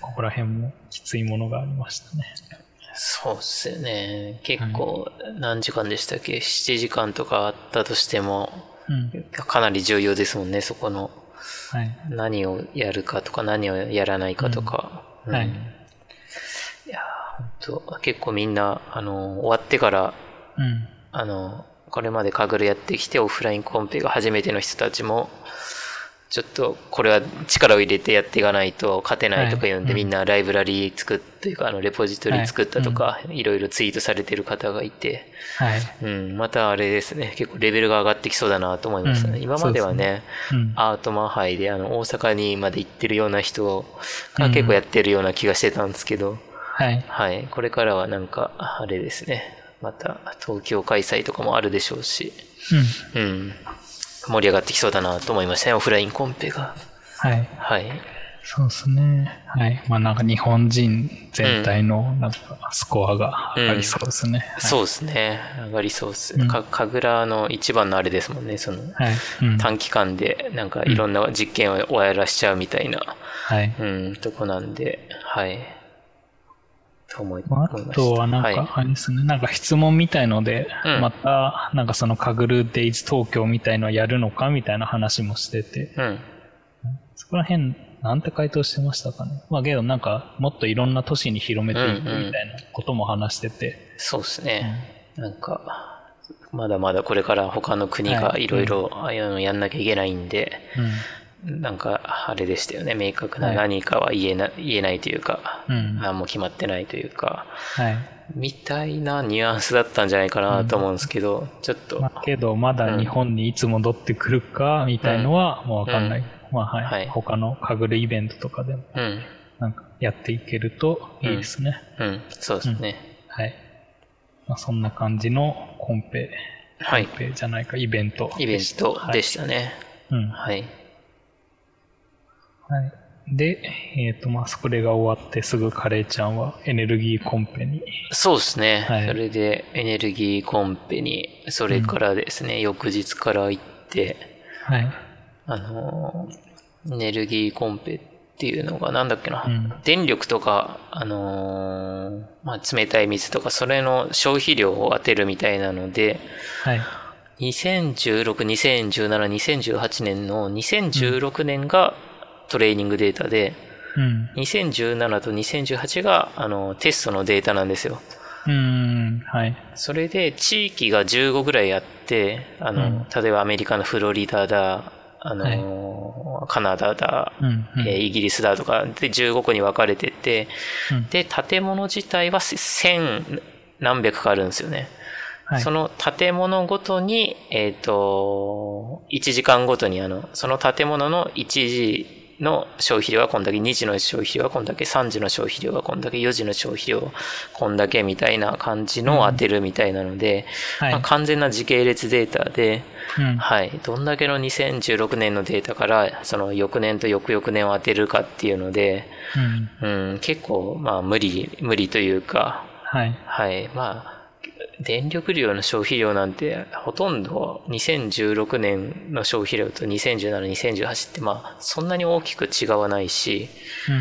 B: ここら辺もきついものがありましたね
A: そうっすよね。結構、何時間でしたっけ ?7 時間とかあったとしても、
B: うん
A: かなり重要ですもんね、そこの。
B: はい
A: 何をやるかとか、何をやらないかとか。うん
B: はい
A: いやーほんと結構みんな、あの、終わってから、
B: うん
A: あの、これまでカグルやってきて、オフラインコンペが初めての人たちも、ちょっとこれは力を入れてやっていかないと勝てないとか言うんで、
B: はい
A: みんなライブラリー作っていうか、あの、レポジトリ作ったとか、いろいろツイートされてる方がいて、
B: はい、
A: うん、またあれですね、結構レベルが上がってきそうだなと思いましたね。
B: うん
A: 今までは
B: そう
A: ね、
B: うん、
A: アートマンハイであの大阪にまで行ってるような人が
B: うん
A: 結構やってるような気がしてたんですけど、
B: はい
A: はい、これからはなんか、あれですね、また東京開催とかもあるでしょうし、
B: うん
A: うん、盛り上がってきそうだなと思いましたね、オフラインコンペが。
B: はい
A: はい、
B: そうですねはいまあなんか日本人全体のなんかスコアが上がりそうですね、
A: そうですね、上がりそうですね。
B: うん
A: か、神楽の一番のあれですもんね、その、
B: はい、うん、
A: 短期間でなんかいろんな実験を終わらしちゃうみたいな、
B: はい
A: うん、とこなんで、はい。と思い
B: まあ
A: 思
B: あ
A: いました。
B: とはなん
A: い
B: か、あれですね、なんか質問みたいので、
A: うん
B: また、なんかそのカグルデイズ東京みたいのやるのかみたいな話もしてて、
A: うん。
B: そこら辺、なんて回答してましたかね。まあけどなんか、もっといろんな都市に広めていくみたいなことも話してて、
A: そうですね。なんか、まだまだこれから他の国がいろいろああいうのやんなきゃいけないんで、
B: うん。
A: なんか、あれでしたよね。明確な何かは言えな、言えないというか、
B: うん
A: 何も決まってないというか、
B: はい。
A: みたいなニュアンスだったんじゃないかなと思うんですけど、ちょっと、
B: まあ、けど、まだ日本にいつ戻ってくるか、みたいのは、もうわかんない。
A: うん
B: まあ、はい。
A: はい
B: 他のかぐるイベントとかでも、
A: うん、
B: なんか、やっていけるといいですね。
A: うん、そうですね。
B: はい。まあ、そんな感じのコンペ、
A: はい
B: コ。ンペじゃないか、イベント
A: イベ
B: で
A: ン
B: した。
A: トでしたね。
B: はい。うん。は
A: はい。
B: い。で、えっ、と、まあ、それが終わってすぐカレーちゃんはエネルギーコンペに。
A: そうですね。
B: はい
A: それで、エネルギーコンペに、それからですね、翌日から行って、
B: はい。
A: あのーエネルギーコンペっていうのがなんだっけな、
B: うん
A: 電力とか、あのーまあ、冷たい水とか、それの消費量を当てるみたいなので、
B: はい。
A: 2016、2017、2018年の2016年がトレーニングデータで、
B: うん。
A: 2017と2018が、あのーテストのデータなんですよ。
B: うーん。はい。
A: それで地域が15ぐらいあってあの、例えばアメリカのフロリダだあの、カナダだ、
B: うん。うん。
A: えーイギリスだとかで15個に分かれてて
B: うん
A: で建物自体は1000何百かあるんですよね、
B: はい
A: その建物ごとに、えっと1時間ごとにあのその建物の1時の消費量はこんだけ2時の消費量はこんだけ3時の消費量はこんだけ4時の消費量はこんだけみたいな感じのを当てるみたいなので、
B: はい
A: まあ、完全な時系列データで、
B: うん。
A: はい、どんだけの2016年のデータからその翌年と翌々年を当てるかっていうので、
B: うん。
A: うん、結構まあ無理無理というか
B: はい。
A: はい、まあ、電力量の消費量なんて、ほとんど2016年の消費量と2017、2018って、まあ、そんなに大きく違わないし、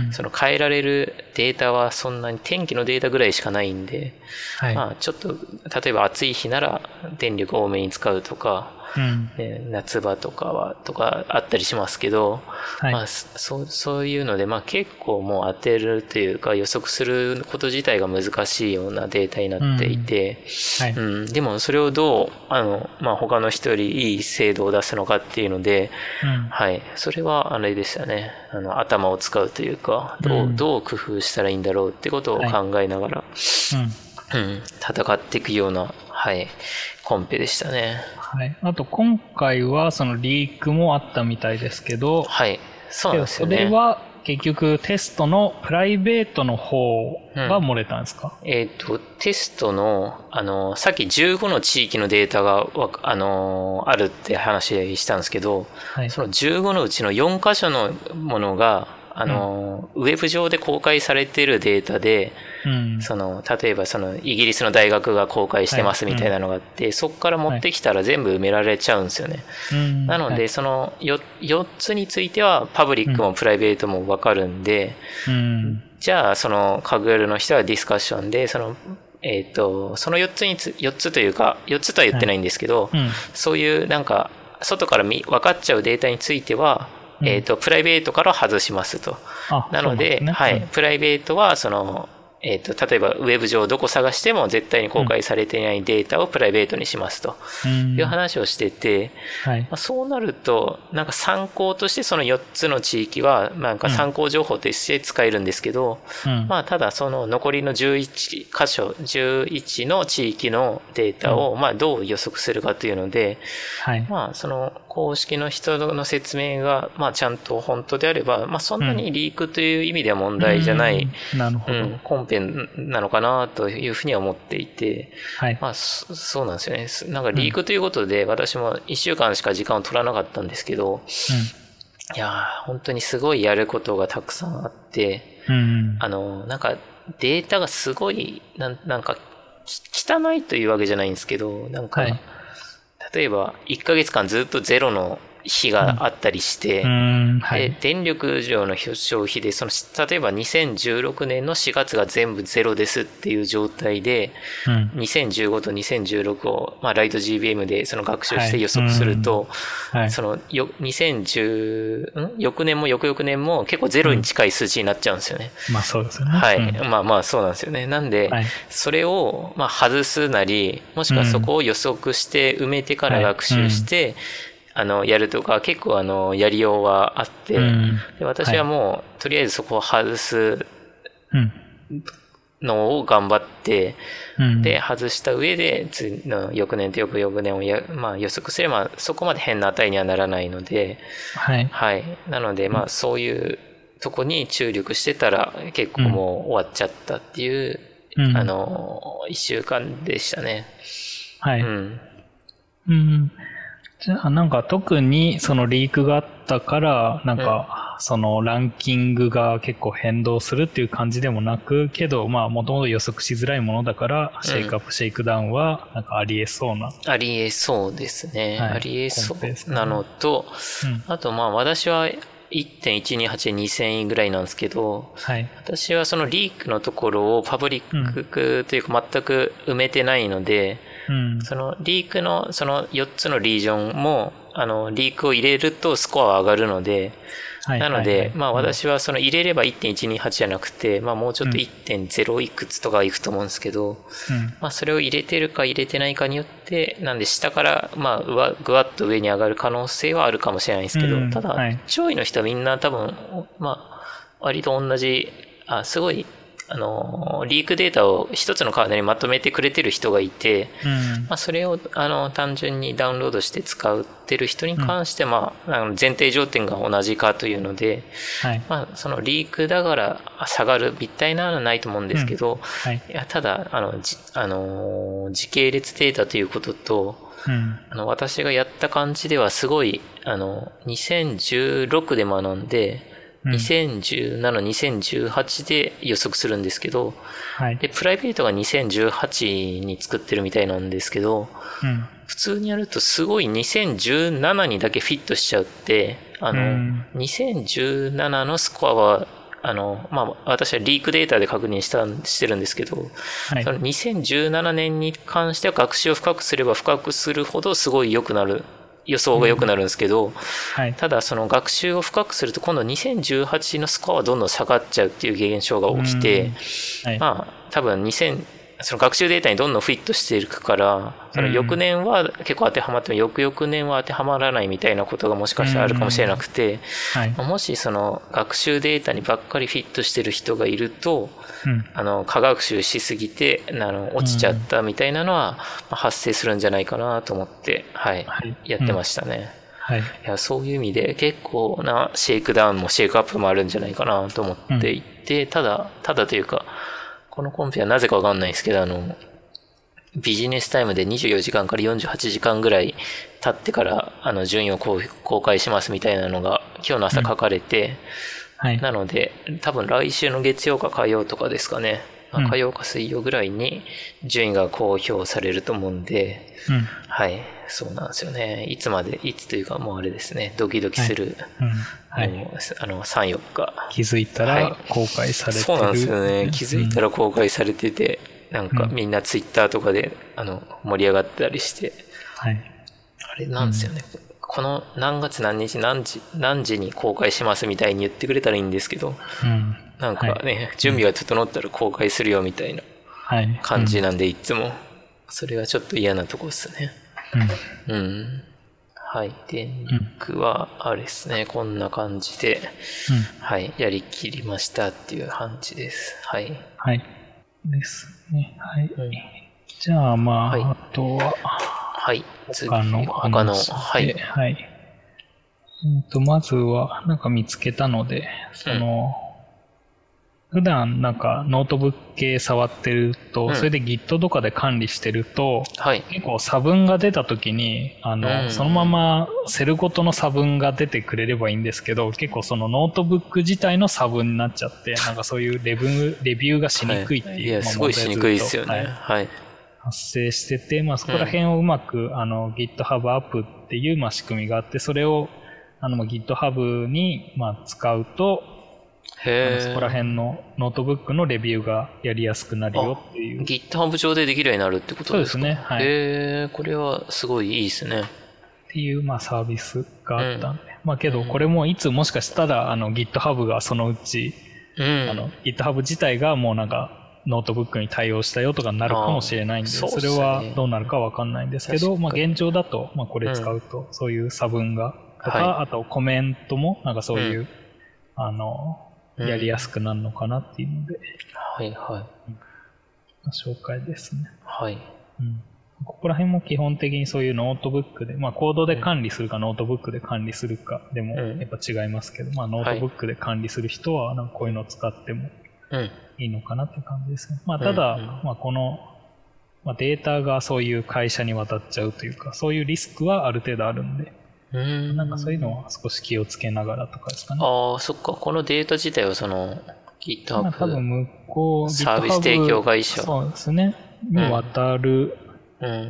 B: うん。
A: その変えられるデータはそんなに天気のデータぐらいしかないんで、
B: はい。
A: まあ、ちょっと、例えば暑い日なら電力多めに使うとか、
B: うん。
A: ね、夏場とかは、とかあったりしますけど、
B: はい。
A: まあ、そそうそういうので、まあ、結構もう当てるというか予測すること自体が難しいようなデータになっていて、
B: はい。
A: うんでもそれをどうあの、まあ、他の人よりいい精度を出すのかっていうので、
B: うん。
A: はい、それはあれでしたねあの頭を使うというかどう,、
B: うん
A: どう工夫したらいいんだろうってことを考えながら、
B: うん。
A: うん、戦っていくような、はい、コンペでしたね。
B: はい。あと、今回は、そのリークもあったみたいですけど、
A: はい、そうなんですよ
B: そ
A: ね。
B: れは、結局、テストのプライベートの方が漏れたんですか、
A: えっ、と、テストの、あの、さっき15の地域のデータがわか、あの、あるって話したんですけど、
B: はい。
A: その15のうちの4箇所のものが、あの、ウェブ上で公開されてるデータで、
B: うん。
A: その、例えばその、イギリスの大学が公開してます
B: はい
A: みたいなのがあって、そこから持ってきたら全部埋められちゃうんですよね。
B: うん
A: なの
B: はい
A: で、その4、4つについては、パブリックもプライベートもわかるんで、
B: うん。
A: じゃあ、その、カグエルの人はディスカッションで、その、えっ、と、その4つにつ、4つというか、4つとは言ってないんですけど、
B: うん。
A: そういうなんか、外から見分かっちゃうデータについては、
B: うん
A: えっ、と、プライベートから外しますと。
B: あ
A: なので、
B: そうなんすね
A: はい、プライベートは、その、えっ、と、例えば、ウェブ上どこ探しても絶対に公開されていないデータをプライベートにしますと
B: うん。
A: いう話をしてて、
B: はい
A: まあ、。そうなると、なんか参考としてその4つの地域は、なんか参考情報として使えるんですけど、
B: うん。
A: まあ、ただその残りの11箇所、11の地域のデータを、まあ、どう予測するかというので、
B: はい。
A: まあ、その公式の人の説明が、まあ、ちゃんと本当であれば、まあ、そんなにリークという意味では問題じゃない、
B: うん。なるほ
A: う
B: ど。
A: ん、コンペなのかなというふうには思っていて、
B: はい。
A: まあ、そそうなんですよね。すなんかリークということで、私も1週間しか時間を取らなかったんですけど、いやー本当にすごいやることがたくさんあって、
B: うん。うん。
A: あの、なんかデータがすごい、なんなんか、き汚いというわけじゃないんですけど、なんか、
B: はい
A: 例えば1ヶ月間ずっとゼロの日があったりして、
B: うん。は
A: で
B: い。
A: 電力量の消費でその、例えば2016年の4月が全部ゼロですっていう状態で、
B: うん。
A: 2015と2016を、まあ、ライト GBM でその学習して
B: はい
A: 予測すると、
B: はい。
A: そのよ2010ん翌年も翌々年も結構ゼロに近い数字になっちゃうんですよね。
B: まあ、そうですよね。
A: はい、
B: うん
A: まあまあそうなんですよね。なんで、
B: はい
A: それを、まあ、外すなり、もしくはそこを予測して埋めてから学習して、あの、やるとか、結構あの、やりようはあって、
B: うん
A: で私はもう、とりあえずそこを外す
B: うん。
A: のを頑張って、
B: うん。
A: で、外した上で、次の翌年と翌々年をや、まあ、予測すれば、そこまで変な値にはならないので、
B: はい。
A: はい。なので、まあ、そういうとこに注力してたら、結構もう終わっちゃったっていう、
B: うん
A: あの、一週間でしたね。
B: は
A: う
B: い。
A: ん。
B: うん。じゃあ、なんか特にそのリークがあったから、なんか、そのランキングが結構変動するっていう感じでもなく、けど、まあ、もともと予測しづらいものだから、シェイクアップ、シェイクダウンは、なんかありえそうな。
A: ありえそうですね。
B: はい
A: ありえそ
B: コンペです
A: う
B: ね
A: なのと、
B: うん。
A: あとまあ私は1.1282000位ぐらいなんですけど、
B: はい。
A: 私はそのリークのところをパブリックというか全く埋めてないので、
B: うん。
A: そのリークのその4つのリージョンも、あの、リークを入れるとスコアは上がるので、
B: はい
A: なの
B: はいは
A: で
B: い、
A: まあ私はその入れれば1.128じゃなくて、まあもうちょっと1.0いくつとかいくと思うんですけど、
B: うん。
A: まあ、それを入れてるか入れてないかによって、なんで下から、まあ、うわぐわっと上に上がる可能性はあるかもしれないですけど、
B: うん
A: ただ、
B: はい
A: 上位の人はみんな多分、まあ、割と同じ、あ、すごい、あのー、リークデータを一つのカードにまとめてくれてる人がいて、
B: う
A: ま
B: ん
A: あ、それを、あの、単純にダウンロードして使ってる人に関して、まあ、あの前提条件が同じかというので、
B: はい。
A: まあ、そのリークだから下がるみたいなのはないと思うんですけど、
B: はい。
A: いやただあのじ、あのー時系列データということと
B: うん。
A: あの私がやった感じではすごいあの2016で学んで、
B: うん
A: 20172018で予測するんですけど
B: はい。
A: でプライベートが2018に作ってるみたいなんですけど
B: うん。
A: 普通にやるとすごい2017にだけフィットしちゃうってあの、
B: うん
A: 2017のスコアはあの、まあ、私はリークデータで確認したんしてるんですけど、
B: はい
A: そ。の2017年に関しては学習を深くすれば深くするほどすごい良くなる予想が良くなるんですけど、
B: はい。
A: ただその学習を深くすると今度2018のスコアはどんどん下がっちゃうっていう現象が起きて、
B: はい。
A: まあ多分2000その学習データにどんどんフィットしていくからその翌年は結構当てはまっても翌々年は当てはまらないみたいなことがもしかしたらあるかもしれなくて、
B: はい。
A: もしその学習データにばっかりフィットしてる人がいると
B: うん。
A: あの、科学習しすぎて、あの、落ちちゃったみたいなのは、まあ発生するんじゃないかなと思って、はい、
B: はい
A: やってましたね。
B: はい。
A: いや、そういう意味で結構なシェイクダウンもシェイクアップもあるんじゃないかなと思っていて、ただ、ただというか、このコンペはなぜかわかんないですけど、あの、ビジネスタイムで24時間から48時間ぐらい経ってから、あの、順位を公公開しますみたいなのが、今日の朝書かれて、
B: はい。
A: なので、多分来週の月曜か火曜とかですかね。ま
B: う
A: あ
B: ん
A: 火曜か水曜ぐらいに順位が公表されると思うんで、
B: うん。
A: はい、そうなんですよね。いつまで、いつというかもうあれですね、ドキドキする、
B: うん。はい。
A: もうあの、3、4日。
B: 気づいた
A: はい
B: ら公開されてる。
A: そうなんですよね。気づいたら公開されてて、なんか
B: うん
A: みんなツイッターとかで、あの、盛り上がったりして、
B: はい。
A: あれなんですよね。この何月何日何時、何時に公開しますみたいに言ってくれたらいいんですけど、
B: うん。
A: なんかね、準備が整ったら公開するよみたいな
B: はい。
A: 感じなんで、いつも。それがちょっと嫌なとこですね。
B: うん。
A: うん。はい。電力は、あれですね、こんな感じで、
B: うん。
A: はい、やりきりましたっていう感じです。はい。
B: はい。ですね。はい。
A: うん
B: じゃあ、まあ、
A: はい
B: あとは、
A: はい。次、
B: 他の
A: 他の、
B: 話で
A: はい。
B: はい。えっと、まずは、なんか見つけたので、その、普段なんかノートブック系触ってると、
A: うん
B: それで Git とかで管理してると、
A: はい。
B: 結構差分が出た時にあの、
A: うん
B: そのままセルごとの差分が出てくれればいいんですけど結構そのノートブック自体の差分になっち ゃってなんかそういうレブンレビューがしにくいっていう、
A: いや、
B: まあ
A: すごいしにくいですよ
B: 問題
A: ね。
B: はずっとはい
A: はい。
B: 発生してて、まあ、そこら辺をうまく、あの GitHub アップっていう、まあ、仕組みがあってそれをあのまあ GitHub に、まあ、使うと、あの
A: へ
B: そこら
A: ー
B: 辺のノートブックのレビューがやりやすくなるよっていう
A: GitHub 上でできるようになるってこと
B: そう
A: で
B: ですす
A: か
B: ねはい。
A: へーこれはすごいいいですね。
B: っていう、まあ、サービスがあったんで、まあけどこれもいつもしかしたらあの GitHub がそのうち、
A: うん。
B: あの GitHub 自体がもうなんかノートブックに対応したよとかになるかもしれないんで、
A: あーそ
B: そ
A: うっすね
B: れはどうなるかわかんないんですけど、
A: 確
B: まあ
A: かに
B: 現状だと、まあこれ使うと、そういう差分が、とか、
A: は
B: あとコメントも、なんかそういう、
A: う
B: あの、
A: うん
B: やりやすくなるのかなっていうので、
A: はいはい。
B: まあ紹介ですね。
A: はい。
B: うんここら辺も基本的にそういうノートブックで、まあ、コードで管理するか、ノートブックで管理するかでも
A: うん
B: やっぱ違いますけど、まあ、ノートブックで管理する人はなんかこういうのを使っても
A: うん。
B: いいのかなって感じですね。まあ、
A: うん
B: ただ、
A: うん
B: まあ、この、まあ、データがそういう会社に渡っちゃうというか、そういうリスクはある程度あるんで、
A: うん。
B: なんかそういうのは少し気をつけながらとかですかね。
A: ああ、そっか。このデータ自体はその
B: まあ、多
A: GitHub。
B: 分向こう、
A: サービス提供会社
B: GitHub そうですね。に渡る、
A: うんうんう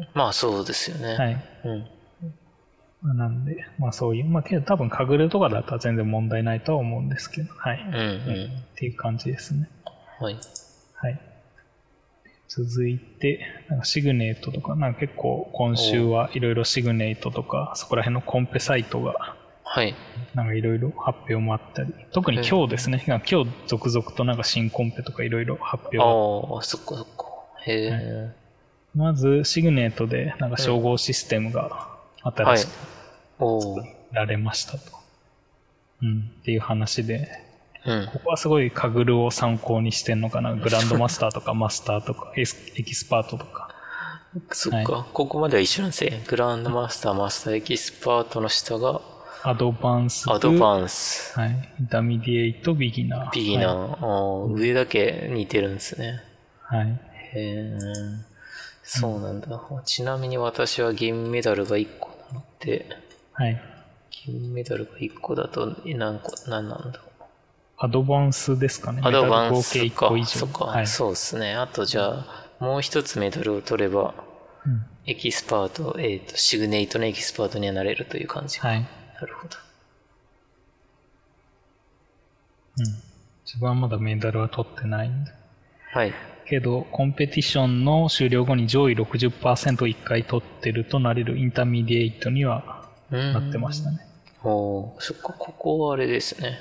A: ん。まあそうですよね。
B: はい。
A: うん。
B: まあなんで、まあそういう、まあけど多分かぐれとかだったら全然問題ないとは思うんですけど、はい。
A: うん
B: っ
A: うん。
B: ていう感じですね。
A: はい。
B: はい。続いて、なんかシグネートとか、なんか結構今週はいろいろシグネートとか、そこら辺のコンペサイトが、
A: はい。
B: なんかいろいろ発表もあったり、特に今日ですね、なんか今日続々となんか新コンペとかいろいろ発表
A: あ
B: が
A: あ、そっかそっか。へえ。
B: まずシグネートでなんか照合システムが新
A: はい
B: しく。
A: おお。
B: 作られましたと。うん、っていう話で、
A: うん。
B: ここはすごいカグルを参考にしてんのかな。グランドマスターとかマスターとかエスエキスパートとか。
A: そっか。ここまでは一緒なんですね。グランドマスター、マスターエキスパートの下が
B: アドバンス。
A: アドバンス、
B: はい。インターミディエイト、ビギナー。
A: ビギナー。
B: ー。
A: あー上だけ似てるんですね。
B: はい。
A: へえ。そうなんだ。ちなみに私は銀メダルが1個なので、
B: はい。
A: 銀メダルが1個だと何個、何なんだろう。
B: アドバンスですかね。
A: アドバン
B: メダ
A: ス
B: ル合計1
A: か
B: 個以。上。
A: そっか、
B: はい。
A: そうですね。あとじゃあ、もう一つメダルを取れば、
B: うん
A: エキスパート、えっ、と、シグネイトのエキスパートにはなれるという感じ。
B: はい。うん。
A: なるほど。
B: 自分はまだメダルは取ってないんで。
A: はい。
B: けど、コンペティションの終了後に上位60%を1回取ってるとなれるインターミディエイトには
A: うん
B: なってましたね。
A: おーそっか、ここはあれですね。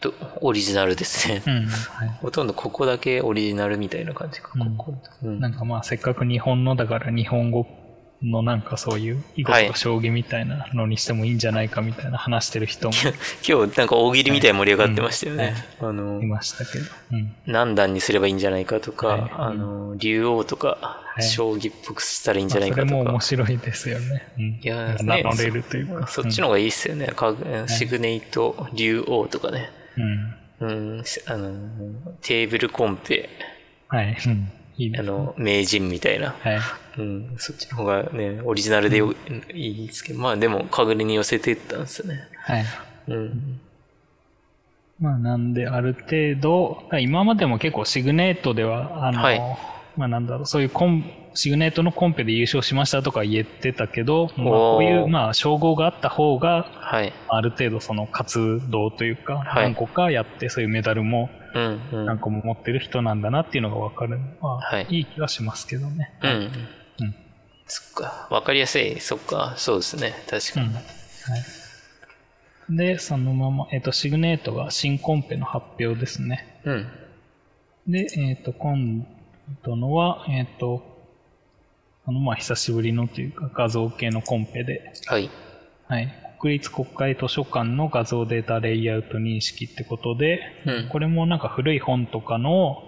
A: と、オリジナルですね。
B: うん。はい。
A: ほとんどここだけオリジナルみたいな感じか、
B: うん
A: ここ。うん
B: なんかまあせっかく日本のだから日本語のなんかそういう囲碁
A: は
B: と
A: い
B: か将棋みたいなのにしてもいいんじゃないかみたいな話してる人も
A: 今日なんか大喜利みたいに盛り上がってましたよね。あの
B: い、ましたけど、うん、
A: 何段にすればいいんじゃないかとか、
B: はい
A: あの、竜王とか、
B: い
A: 将棋っぽくしたらいいんじ
B: ま
A: ゃ
B: あ
A: ない
B: そ
A: かと
B: れ
A: か。
B: も面白いですよね。うん、
A: いやー
B: 名
A: ね
B: 乗れるというか。
A: そっちの方がいいっすよね。かシグネイト、竜王とかね。
B: うん、うん
A: うん、しあの、テーブルコンペ、
B: はい、うん、いいね
A: あ。の、名人みたいな。
B: はい、
A: うん、そっちの方がね、オリジナルでよ、いいですけど、まあでも、かぐれに寄せていったんですよね。
B: はい。
A: うん。
B: まあなんである程度、今までも結構シグネートでは、あの、
A: はい
B: まあなんだろう、そういうコン、シグネートのコンペで優勝しましたとか言ってたけど、まあこういう、
A: おー
B: まあ称号があった方が、
A: はい。
B: ある程度その活動というか、
A: はい
B: 何個かやって、そういうメダルも
A: うん、うん。
B: 何個も持ってる人なんだなっていうのが分かるのは、
A: はい
B: いい気はしますけどね。
A: うん。
B: うん。
A: そっか。わかりやすい。そっか。そうですね。確
B: う
A: か
B: ん。
A: に。
B: はい。で、そのまま、えっ、と、シグネートが新コンペの発表ですね。
A: うん。
B: で、えっ、と、今度のは、えっ、と、あの、まあ、久しぶりのというか、画像系のコンペで、
A: はい。
B: はい。国立国会図書館の画像データレイアウト認識ってことで、
A: うん。
B: これもなんか古い本とかの、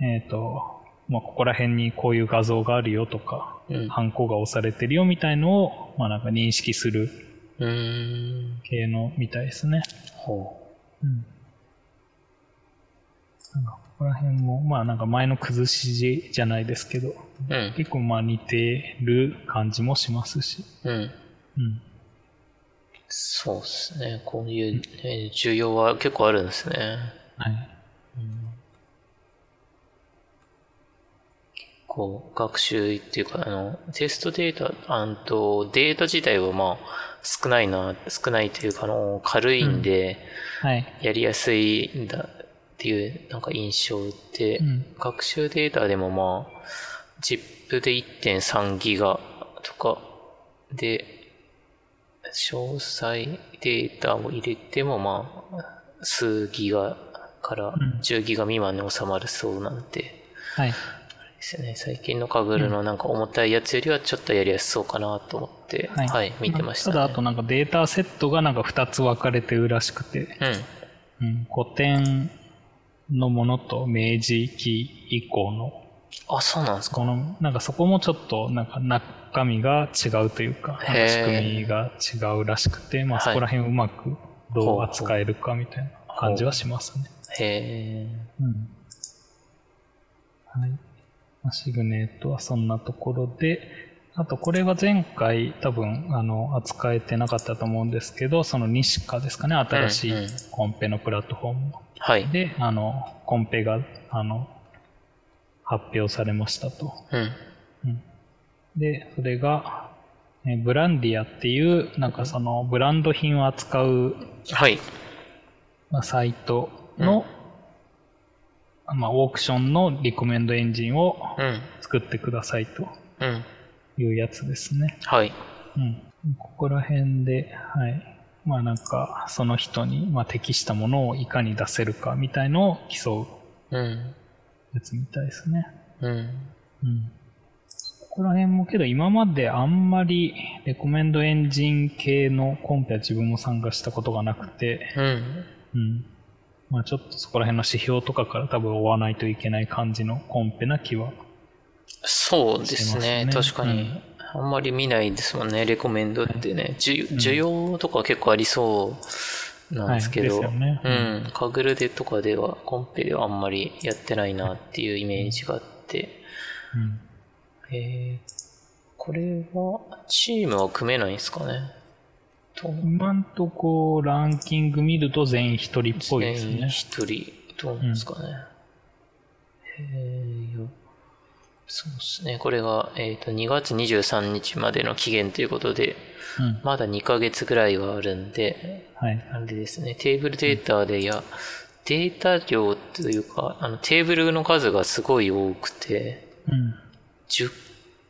B: えっ、と、まあ、ここら辺にこういう画像があるよとか、
A: うん
B: ハンコが押されてるよみたいのを、まあ、なんか認識する
A: うーん。
B: 系のみたいですね。
A: ほ
B: うん。なんかここら辺も、まあなんか前の崩し字じゃないですけど、
A: う。うん。
B: 結構まあ似てる感じもしますし。
A: うん。
B: うん。
A: そうですね。こういう、えー需要は結構あるんですね。
B: はい。
A: こう、学習っていうか、あの、テストデータ、あんと、データ自体はまあ、少ないな、少ないというか、あの、軽いんで、
B: はい。
A: やりやすいんだっていう、なんか印象で、
B: うん
A: 学習データでもまあ、ZIP で1.3ギガとかで、詳細データを入れてもまあ、数ギガかから
B: ん
A: 10ギガ未満に収まるそうなんで、
B: はい。
A: あれですよね、最近のカグルのなんか重たいやつよりはちょっとやりやすそうかなと思って、はい、見てました、ね。
B: ただ、あとなんかデータセットがなんか2つ分かれてるらしくて、
A: うん。
B: うん、古典のものと明治期以降の、
A: あ、そうなんですか。
B: この、なんかそこもちょっとなんか中身が違うというか、なん
A: へ
B: か
A: ー
B: 仕組みが違うらしくて、まあ
A: は
B: そ
A: い
B: こら辺をうまくどう扱えるかみたいな感じはしますね。
A: へ
B: うん。はい。まあシグネートはそんなところで、あとこれは前回多分あの扱えてなかったと思うんですけど、そのニシカですかね、新しい
A: うんうん
B: コンペのプラットフォームの
A: ーはい。
B: で、あの、コンペが、あの、発表されましたと。
A: うん。
B: で、それが、えブランディアっていう、なんかその、ブランド品を扱う、
A: はい。
B: まあ、サイトの、まあ、オークションのリコメンドエンジンを
A: うん。
B: 作ってくださいと
A: うん。
B: いうやつですね。
A: はい。
B: うん。ここら辺で、はい。まあなんか、その人に、まあ、適したものをいかに出せるかみたいのを競う
A: うん。
B: やつみたいですね。
A: うん。
B: うんここら辺もけど今まであんまりレコメンドエンジン系のコンペは自分も参加したことがなくて、
A: うん。
B: うんまあ、ちょっとそこら辺の指標とかから多分追わないといけない感じのコンペな気は。
A: そうですね。
B: してますね
A: 確かに。あんまり見ないですもんね。レコメンドってね。需需要とか結構ありそうなんですけど。
B: はいですよね
A: う。
B: うん
A: カグルでとかでは、コンペではあんまりやってないなっていうイメージがあって。
B: うん、
A: えー、これは、チームは組めないんですかね。どう
B: 今んとこランキング見ると全員一人っぽいです
A: 全員
B: ね。
A: 一人、どうなんですかね。えーよそうですね。これが、えー、と2月23日までの期限ということで、
B: うん
A: まだ2ヶ月ぐらいはあるんで、
B: はい、
A: なんでですね、テーブルデータで、いや、データ量というか、あのテーブルの数がすごい多くて、
B: うん
A: 10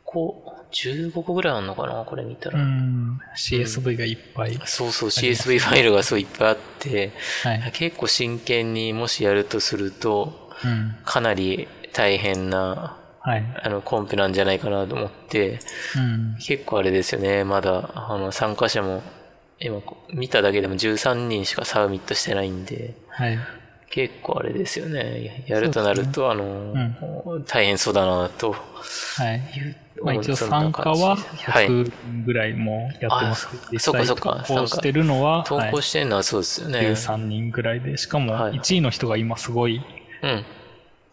A: 個、15個ぐらいあるのかな、これ見た
B: う
A: ら。
B: ん、CSV がいっぱい。
A: そうそう、CSV ファイルがそういっぱいあって、
B: はい
A: 結構真剣にもしやるとすると、
B: うん
A: かなり大変な
B: はい
A: あのコンペなんじゃないかなと思って、
B: うん
A: 結構あれですよね、まだあの参加者も、今こ見ただけでも13人しかサミットしてないんで、
B: はい
A: 結構あれですよね、ややるとなると、あの、大変そうだなと。
B: はい。まあ、一応
A: そんな
B: 参加は
A: 感じはい
B: 100人ぐらいもやってますけど、
A: あ
B: 実
A: そうか
B: 際
A: そうか
B: 投稿してるのは、
A: 投
B: はい
A: 稿してるのはそうですよね。
B: 13人ぐらいで、しかも
A: はい
B: 1位の人が今すごい
A: うん。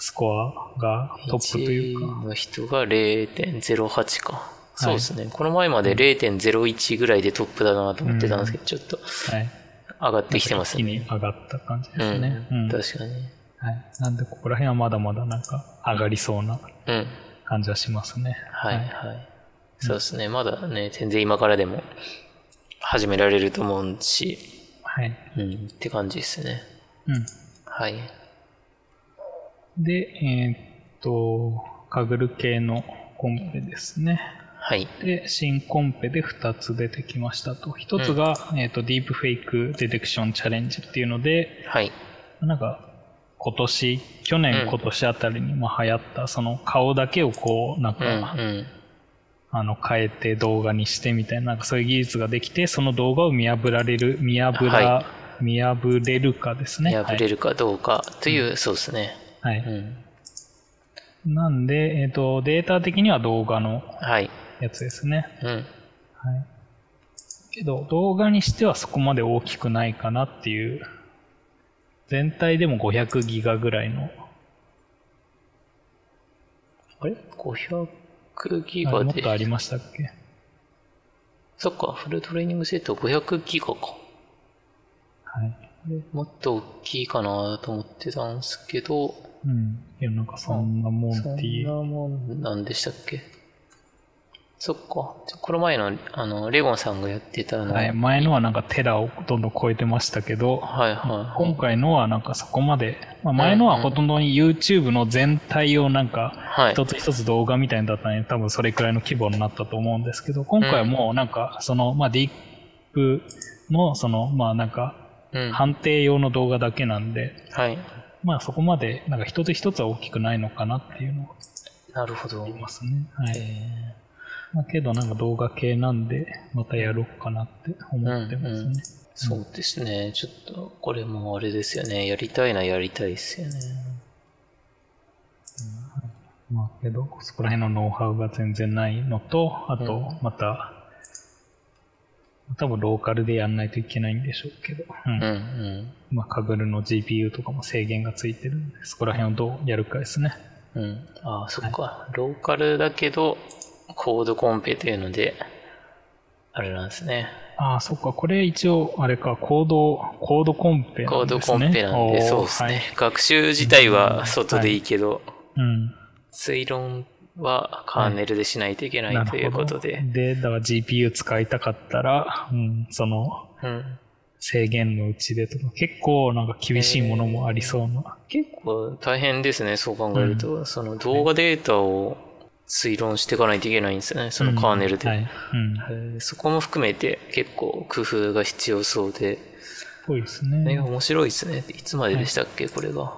B: スコアがトップというか、
A: 1の人が0.08か。そうですね。この前まで0.01ぐらいでトップだなと思ってたんですけど、ちょっと
B: はい。
A: 上がってきてます
B: 一気
A: ね。
B: に上がった感じで
A: う
B: す
A: ん
B: ね。うん。はい。
A: 確かに。
B: なんで、ここら辺はまだまだなんか上がりそうな
A: うん。
B: 感じはしますね。
A: はい、はい。そうですね。まだね、全然今からでも始められると思うし、
B: はい。
A: うん、って感じですね。
B: うん。
A: はい。
B: で、えーっと、カグル系のコンペですね。
A: はい。
B: で、新コンペで2つ出てきましたと。1つが、えっと、ディープフェイクディテクションチャレンジっていうので、
A: はい。
B: なんか、今年、去
A: うん
B: 年、今年あたりにまあ流行った、その顔だけをこう、なん
A: うん、う
B: か、
A: ん。
B: あの、変えて動画にしてみたいな、なんかそういう技術ができて、その動画を見破られる、見破ら、
A: は
B: 見破れるかですね。
A: 破れるかどうかという、そうですね。
B: はい。は
A: う
B: い
A: ん。
B: なんで、えっ、と、データ的には動画の
A: はい。
B: やつですね。
A: うん。
B: はい、けど動画にしてはそこまで大きくないかなっていう全体でも500ギガぐらいの
A: あれ ?500 ギ
B: あ
A: ガ
B: れもっ
A: で
B: とありましたっけ
A: そっか、フルトレーニングセット500ギガか。
B: はい
A: もっと大きいかなと思ってたんですけど、
B: うんいやなんかそんなもん
A: そん
B: ってい
A: な
B: う
A: もんなんでしたっけそっか。じゃこの前の、あの、レゴンさんがやってたの。
B: はい、前のはなんかテラをどんどん超えてましたけど、
A: はいはい
B: 今回のはなんかそこまで、まあ、前のはほとんどに YouTube の全体をなんか
A: はい。
B: 一つ一つ動画みたいだったので多分それくらいの規模になったと思うんですけど今回はもうなんかその、まあ、ディップのそのまあなんか
A: うん。
B: 判定用の動画だけなんで、
A: はい。
B: まあそこまで、なんか一つ一つは大きくないのかなっていうのは
A: なるほど
B: あ。りますね。は
A: え
B: い。
A: ー
B: まあけどなんか動画系なんで、またやろうかなって思ってますね。
A: うんうんそうですね。ちょっと、これもあれですよね。やりたいな、やりたいですよね。
B: まあけど、そこら辺のノウハウが全然ないのと、あと、また、多分ローカルでやんないといけないんでしょうけど、うん
A: うんうん。
B: まあ、カグルの GPU とかも制限がついてるんで、そこら辺をどうやるかですね。
A: うん。ああ、そっか、ローカルだけど、コードコンペというので、あれなんですね。
B: ああ、そっか、これ一応、あれか、コード、コードコンペ
A: コ
B: な
A: ー
B: ん
A: ド
B: です
A: コ
B: ね。
A: ンペなんで、
B: おー
A: そうですね、
B: はい
A: 学習自体は外でいいけど、
B: うん。
A: 推論はカーネルでしないといけないということで。
B: で、だから GPU 使いたかったら、うん、その、
A: うん。
B: 制限のうちでとか、結構なんか厳しいものもありそうな。
A: 結構大変ですね、そう考えると。その動画データを推論していかないといけないんですよね、そのカーネルで。
B: うんはい。うん。
A: えーそこも含めて結構工夫が必要そうで。
B: ぽいです
A: ね、
B: ね。
A: 面白いですね。いつまででしたっけ、これが。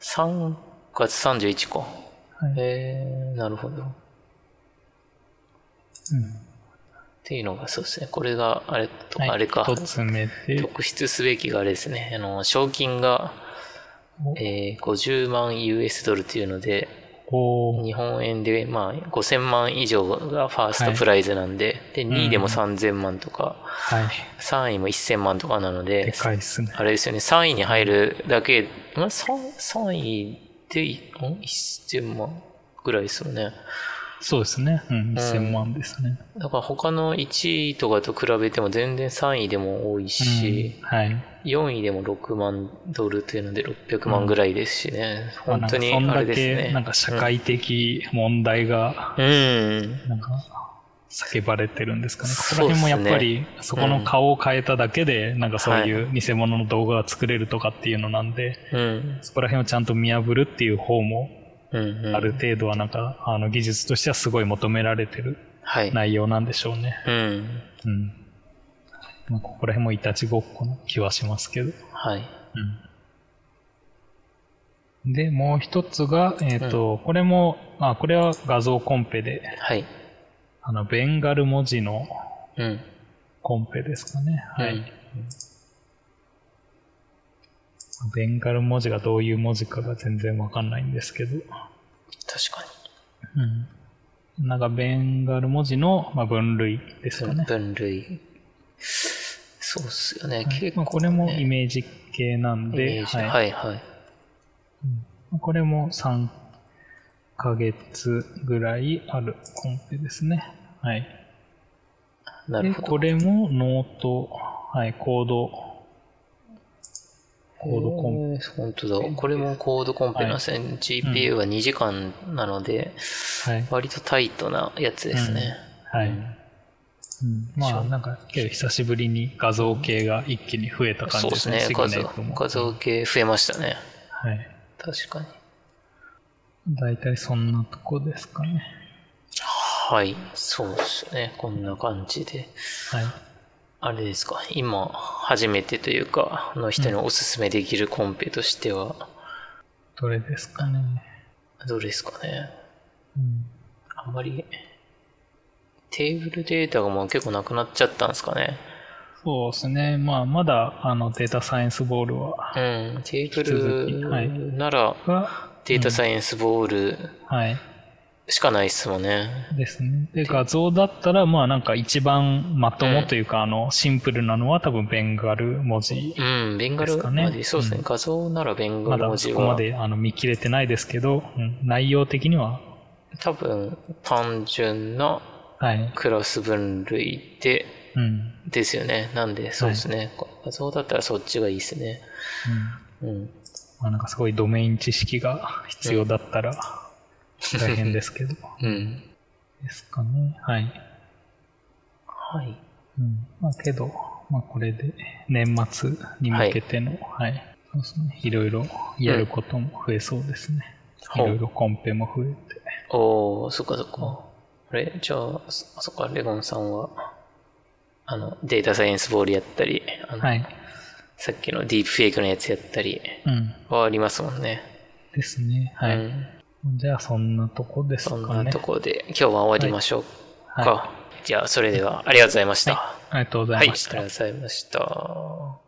A: 3月31か。
B: はい
A: えー、なるほど。っていうのがそうですね。これが、あれ、と
B: はい
A: あれか。
B: 一つ目で、
A: 特筆すべきがあれですね。あの、賞金が、
B: お
A: えー50万 US ドルというので、
B: こう、
A: 日本円で、まあ、5000万以上がファーストプライズなんで、で、2位でも3000万とか、
B: はい。
A: 3位も1000万とかなの
B: で
A: で、
B: かいっすね。
A: あれですよね、3位に入るだけ、まあ、3, 3位でいん1000万ぐらいですよね。
B: そうですね。うん、1000万ですね。
A: だから他の1位とかと比べても全然3位でも多いし、
B: うんはい。
A: 4位でも6万ドルというので600万ぐらいですしね、本当に
B: まあなん
A: あ
B: か
A: れですね。
B: そんだけ、なんか社会的問題が、
A: うん。
B: なんか、叫ばれてるんですかね。そ
A: そうっ
B: こら
A: すね
B: 辺もやっぱり、そこの顔を変えただけで、なんかそういう偽物の動画が作れるとかっていうのなんで、
A: うん。
B: そこら辺をちゃんと見破るっていう方も、
A: うん、うん。
B: ある。程度はなんか、あの技術としてはすごい求められてる
A: はい。
B: 内容なんでしょうね。
A: うん。
B: うん。まあ、ここら辺もいたちごっこの気はしますけど。
A: はい。
B: うん。で、もう一つが、えっ、と、これも、あ、これは画像コンペで、
A: はい。
B: あの、ベンガル文字の
A: うん。
B: コンペですかね。はい。
A: うん
B: ベンガル文字がどういう文字かが全然わかんないんですけど。
A: 確か
B: うん。なんか、ベンガル文字の、まあ、分類ですか
A: に。
B: ね。
A: 分類。そうっすよね。結構、
B: まあ、これもイメージ系な
A: イ
B: ん
A: メー
B: で、
A: ジ
B: はい
A: はいはい。
B: まあこれも3ヶ月ぐらいあるコンペですね。はい。
A: なる
B: で、
A: ほど。
B: これもノート、はい、コード、コードコン
A: ンペ。本当だ。これもコードコンペなんですね。GPU は2時間なので、
B: ペ。はい。
A: 割とタイトなやつですね。
B: はい。うんまあ、なんか、けど久しぶりに画像系が一気に増えた感
A: そ
B: じ
A: う
B: で
A: ですすね。
B: ね。シ
A: 画
B: グネ
A: 像
B: ットも。
A: 画像系増えましたね。
B: はい。
A: 確かに。
B: 大体そんなとこですかね。
A: はい。そうですね。こんな感じで。
B: はい。
A: あれですか。今、初めてというか、の人におすすめできるコンペとしては、
B: どれですかね。
A: どうですかね。
B: うん
A: あんまり、テーブルデータがもう結構なくなっちゃったんですかね。
B: そうですね。まあ、まだ、あの、データサイエンスボールは、
A: うん。テーブ
B: 引き続きはい
A: ルなら、
B: が、
A: データサイエンスボール
B: はい。
A: しかないっすもんね。
B: ですね。で、画像だったら、まあなんか一番まともというか、あの、シンプルなのは多分ベンガル文字。
A: うん、ベンガ
B: で
A: ル
B: すかね
A: まで、そうですね、
B: うん
A: 画像ならベンガ
B: ま
A: ル文
B: だ
A: 字
B: そ
A: は、
B: こまであの見切れてないですけど、うん内容的には、
A: 多分単純な
B: はい。
A: クラス分類で、
B: うん。うん
A: ですよね。なんで、そうですね、画像だったらそっちがいいですね。うん。
B: まあなんかすごいドメイン知識が必要だったら大変です けど。
A: うん。
B: ですかね。はい。
A: はい。
B: うん。まあけど、まあこれで年末に向けての、はい。そうですね。いろいろやることも増えそうですね。
A: うん
B: いろいろコンペも増えて。
A: おー、そっかそっか。あれじゃあ、そそっか、レゴンさんは、あの、データサイエンスボールやったり、あの、
B: はい。
A: さっきのディープフェイクのやつやったり
B: うん。
A: はありますもんね。
B: ですね。は
A: う
B: い。
A: ん
B: じゃあ、そんなとこです
A: そん
B: か
A: な
B: ね
A: と。ころで今日は終わりましょうか。
B: は
A: じゃあ、それではありがとうございました。
B: ありがとうござ
A: はいい、あり
B: ま
A: が
B: し
A: と
B: た
A: うご。ざいました。